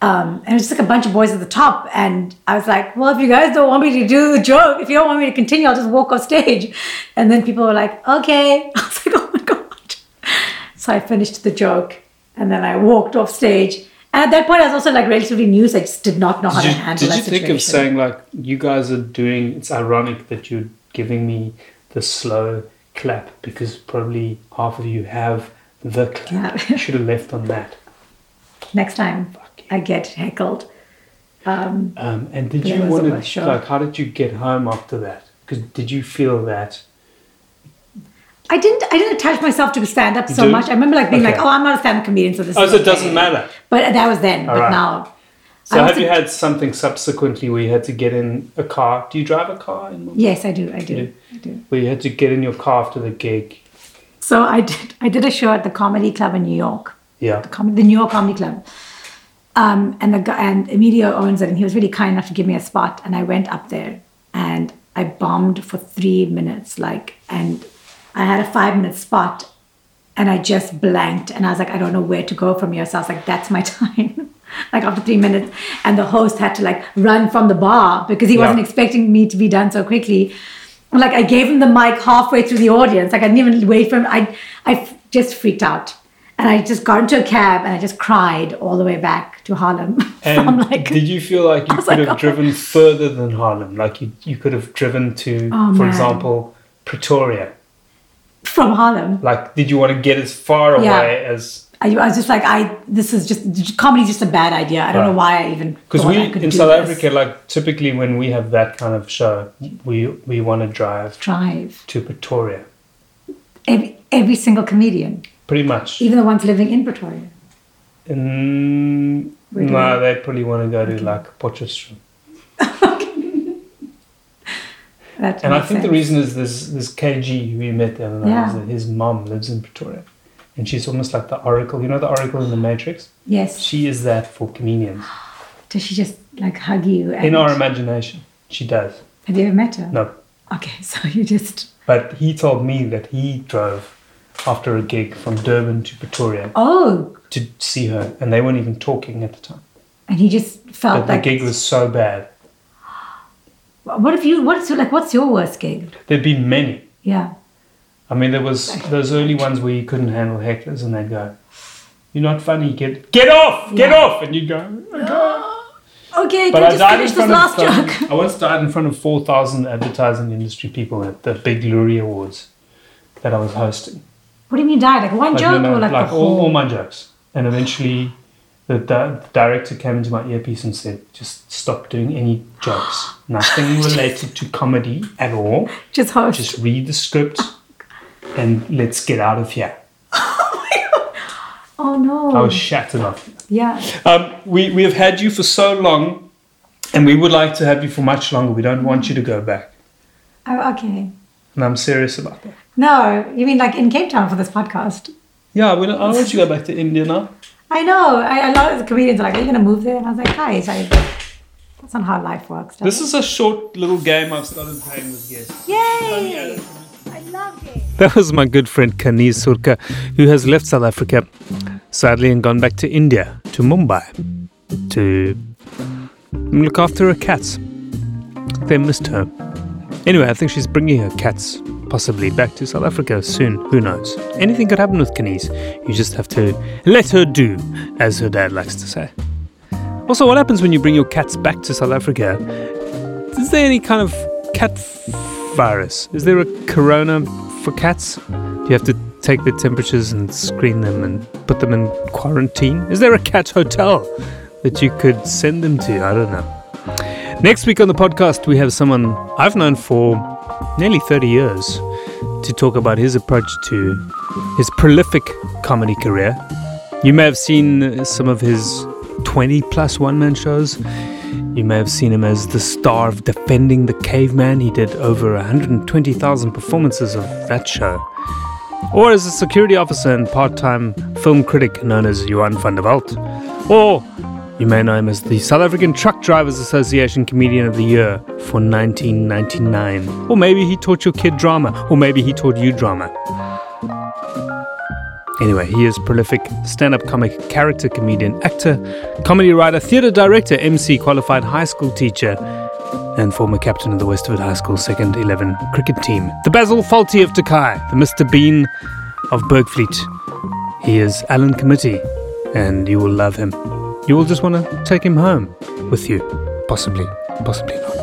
Speaker 2: Um, and it was just like a bunch of boys at the top. And I was like, well, if you guys don't want me to do the joke, if you don't want me to continue, I'll just walk off stage. And then people were like, okay. I was like, oh my God. So I finished the joke and then I walked off stage. And at that point, I was also like relatively new, so I just did not know how
Speaker 1: Did you,
Speaker 2: to handle
Speaker 1: did
Speaker 2: that
Speaker 1: you think of saying
Speaker 2: situation.
Speaker 1: like you guys are doing? It's ironic that you're giving me the slow clap because probably half of you have the clap.
Speaker 2: Yeah.
Speaker 1: you should have left on that.
Speaker 2: Next time
Speaker 1: Fuck
Speaker 2: I get heckled. Um,
Speaker 1: Um, and did
Speaker 2: Yeah,
Speaker 1: you
Speaker 2: that's
Speaker 1: want
Speaker 2: a
Speaker 1: to
Speaker 2: sure.
Speaker 1: like? How did you get home after that? Because did you feel that?
Speaker 2: I didn't. I didn't attach myself to stand up so
Speaker 1: didn't?
Speaker 2: much. I remember like being
Speaker 1: Okay.
Speaker 2: like, "Oh, I'm not a stand-up comedian, so this."
Speaker 1: Oh,
Speaker 2: is
Speaker 1: so it
Speaker 2: okay."
Speaker 1: doesn't matter.
Speaker 2: But that was then.
Speaker 1: All
Speaker 2: but
Speaker 1: right.
Speaker 2: now,
Speaker 1: So
Speaker 2: I
Speaker 1: have
Speaker 2: also-
Speaker 1: you had something subsequently where you had to get in a car? Do you drive a car? In,
Speaker 2: yes, I do. I do.
Speaker 1: do.
Speaker 2: I do.
Speaker 1: where you had to get in your car after the gig?
Speaker 2: So I did. I did a show at the Comedy Club in New York.
Speaker 1: Yeah.
Speaker 2: the, com- the New York Comedy Club. Um, and the guy, and Emilio owns it, and he was really kind enough to give me a spot. And I went up there, and I bombed for three minutes, like, and I had a five minute spot, and I just blanked, and I was like, I don't know where to go from here. So I was like, that's my time. like after three minutes, and the host had to like run from the bar because he wasn't
Speaker 1: Yeah.
Speaker 2: expecting me to be done so quickly. Like I gave him the mic halfway through the audience. Like I didn't even wait for him. I I f- just freaked out, and I just got into a cab and I just cried all the way back to Harlem.
Speaker 1: And
Speaker 2: From like
Speaker 1: did you feel like you
Speaker 2: was
Speaker 1: could
Speaker 2: like,
Speaker 1: have
Speaker 2: "Oh."
Speaker 1: driven further than Harlem? Like you, you could have driven to,
Speaker 2: Oh,
Speaker 1: for
Speaker 2: man.
Speaker 1: example, Pretoria.
Speaker 2: from Harlem,
Speaker 1: Like, did you want to get as far
Speaker 2: Yeah.
Speaker 1: away as?
Speaker 2: I, I was just like, I this is just comedy's just a bad idea. I don't know why I even
Speaker 1: Because
Speaker 2: thought
Speaker 1: we
Speaker 2: I could
Speaker 1: in
Speaker 2: do
Speaker 1: South
Speaker 2: this.
Speaker 1: Africa, like typically when we have that kind of show, we we want to drive
Speaker 2: drive
Speaker 1: to Pretoria,
Speaker 2: every every single comedian,
Speaker 1: pretty much.
Speaker 2: even the ones living in Pretoria.
Speaker 1: Mm,
Speaker 2: Where do
Speaker 1: no, they probably want to go to like Potchefstroom.
Speaker 2: That
Speaker 1: And I
Speaker 2: makes
Speaker 1: think the
Speaker 2: sense.
Speaker 1: reason is this this KG who we met the other night
Speaker 2: Yeah.
Speaker 1: is that his mum lives in Pretoria, and she's almost like the oracle. You know the oracle in the Matrix.
Speaker 2: yes,
Speaker 1: She is that for comedians.
Speaker 2: does she just like hug you? And,
Speaker 1: In our imagination, she does.
Speaker 2: have you ever met her?
Speaker 1: No.
Speaker 2: Okay, so you just
Speaker 1: But he told me that he drove after a gig from Durban to Pretoria
Speaker 2: oh,
Speaker 1: to see her, and they weren't even talking at the time.
Speaker 2: and he just felt
Speaker 1: But the
Speaker 2: like
Speaker 1: gig was so bad.
Speaker 2: What if you? What's your, like? What's your worst gig?
Speaker 1: There'd been many.
Speaker 2: Yeah.
Speaker 1: I mean, there was those early ones where you couldn't handle hecklers, and they'd go, "You're not funny. Get get off, get
Speaker 2: Yeah.
Speaker 1: off," and you'd go.
Speaker 2: Okay,
Speaker 1: But I
Speaker 2: can you just
Speaker 1: died in
Speaker 2: finish this
Speaker 1: front
Speaker 2: last
Speaker 1: of um,
Speaker 2: joke?
Speaker 1: I once died in front of four thousand advertising industry people at the big Lurie Awards that I was hosting.
Speaker 2: What do you mean die? Like one
Speaker 1: Like,
Speaker 2: joke
Speaker 1: you know,
Speaker 2: or like,
Speaker 1: like
Speaker 2: the
Speaker 1: all,
Speaker 2: whole?
Speaker 1: all my jokes. And eventually, the, di- the director came into my earpiece and said, "Just stop doing any jokes. Nothing related to comedy at all.
Speaker 2: just host.
Speaker 1: Just read the script, and let's get out of here."
Speaker 2: oh no.
Speaker 1: I was shattered off.
Speaker 2: yeah.
Speaker 1: Um, we, we have had you for so long, and we would like to have you for much longer. We don't want you to go back.
Speaker 2: Oh, okay.
Speaker 1: And I'm serious about that.
Speaker 2: No, you mean like in Cape Town for this podcast?
Speaker 1: Yeah, we don't, I want you to go back to India now.
Speaker 2: I know. I, a lot of the comedians are like, "Are you gonna move there?" And I was like, "Guys, I." That's not how life works. does
Speaker 1: This is a short little game I've started playing with guests.
Speaker 2: it? Yay! I love it.
Speaker 6: That was my good friend Kaniz Surka, who has left South Africa, sadly, and gone back to India, to Mumbai, to look after her cats. They missed her. Anyway, I think she's bringing her cats possibly back to South Africa soon. Who knows? Anything could happen with Kaniz. You just have to let her do, as her dad likes to say. Also, what happens when you bring your cats back to South Africa? Is there any kind of cat virus? Is there a corona for cats? Do you have to take their temperatures and screen them and put them in quarantine? Is there a cat hotel that you could send them to? I don't know. Next week on the podcast, we have someone I've known for nearly 30 years to talk about his approach to his prolific comedy career. You may have seen uh, some of his 20 plus one man shows. You may have seen him as the star of Defending the Caveman. He did over 120,000 performances of that show. Or as a security officer and part time film critic known as Johan van der Walt. Or you may know him as the South African Truck Drivers Association Comedian of the Year for 1999. Or maybe he taught your kid drama. Or maybe he taught you drama.
Speaker 1: Anyway, he is prolific stand up comic, character comedian, actor, comedy writer, theatre director, MC, qualified high school teacher, and former captain of the Westford High School second 11 cricket team. The Basil Fawlty of Takai, the Mr. Bean of Bergfleet. He is Alan Committee, and you will love him. You will just want to take him home with you. Possibly, possibly not.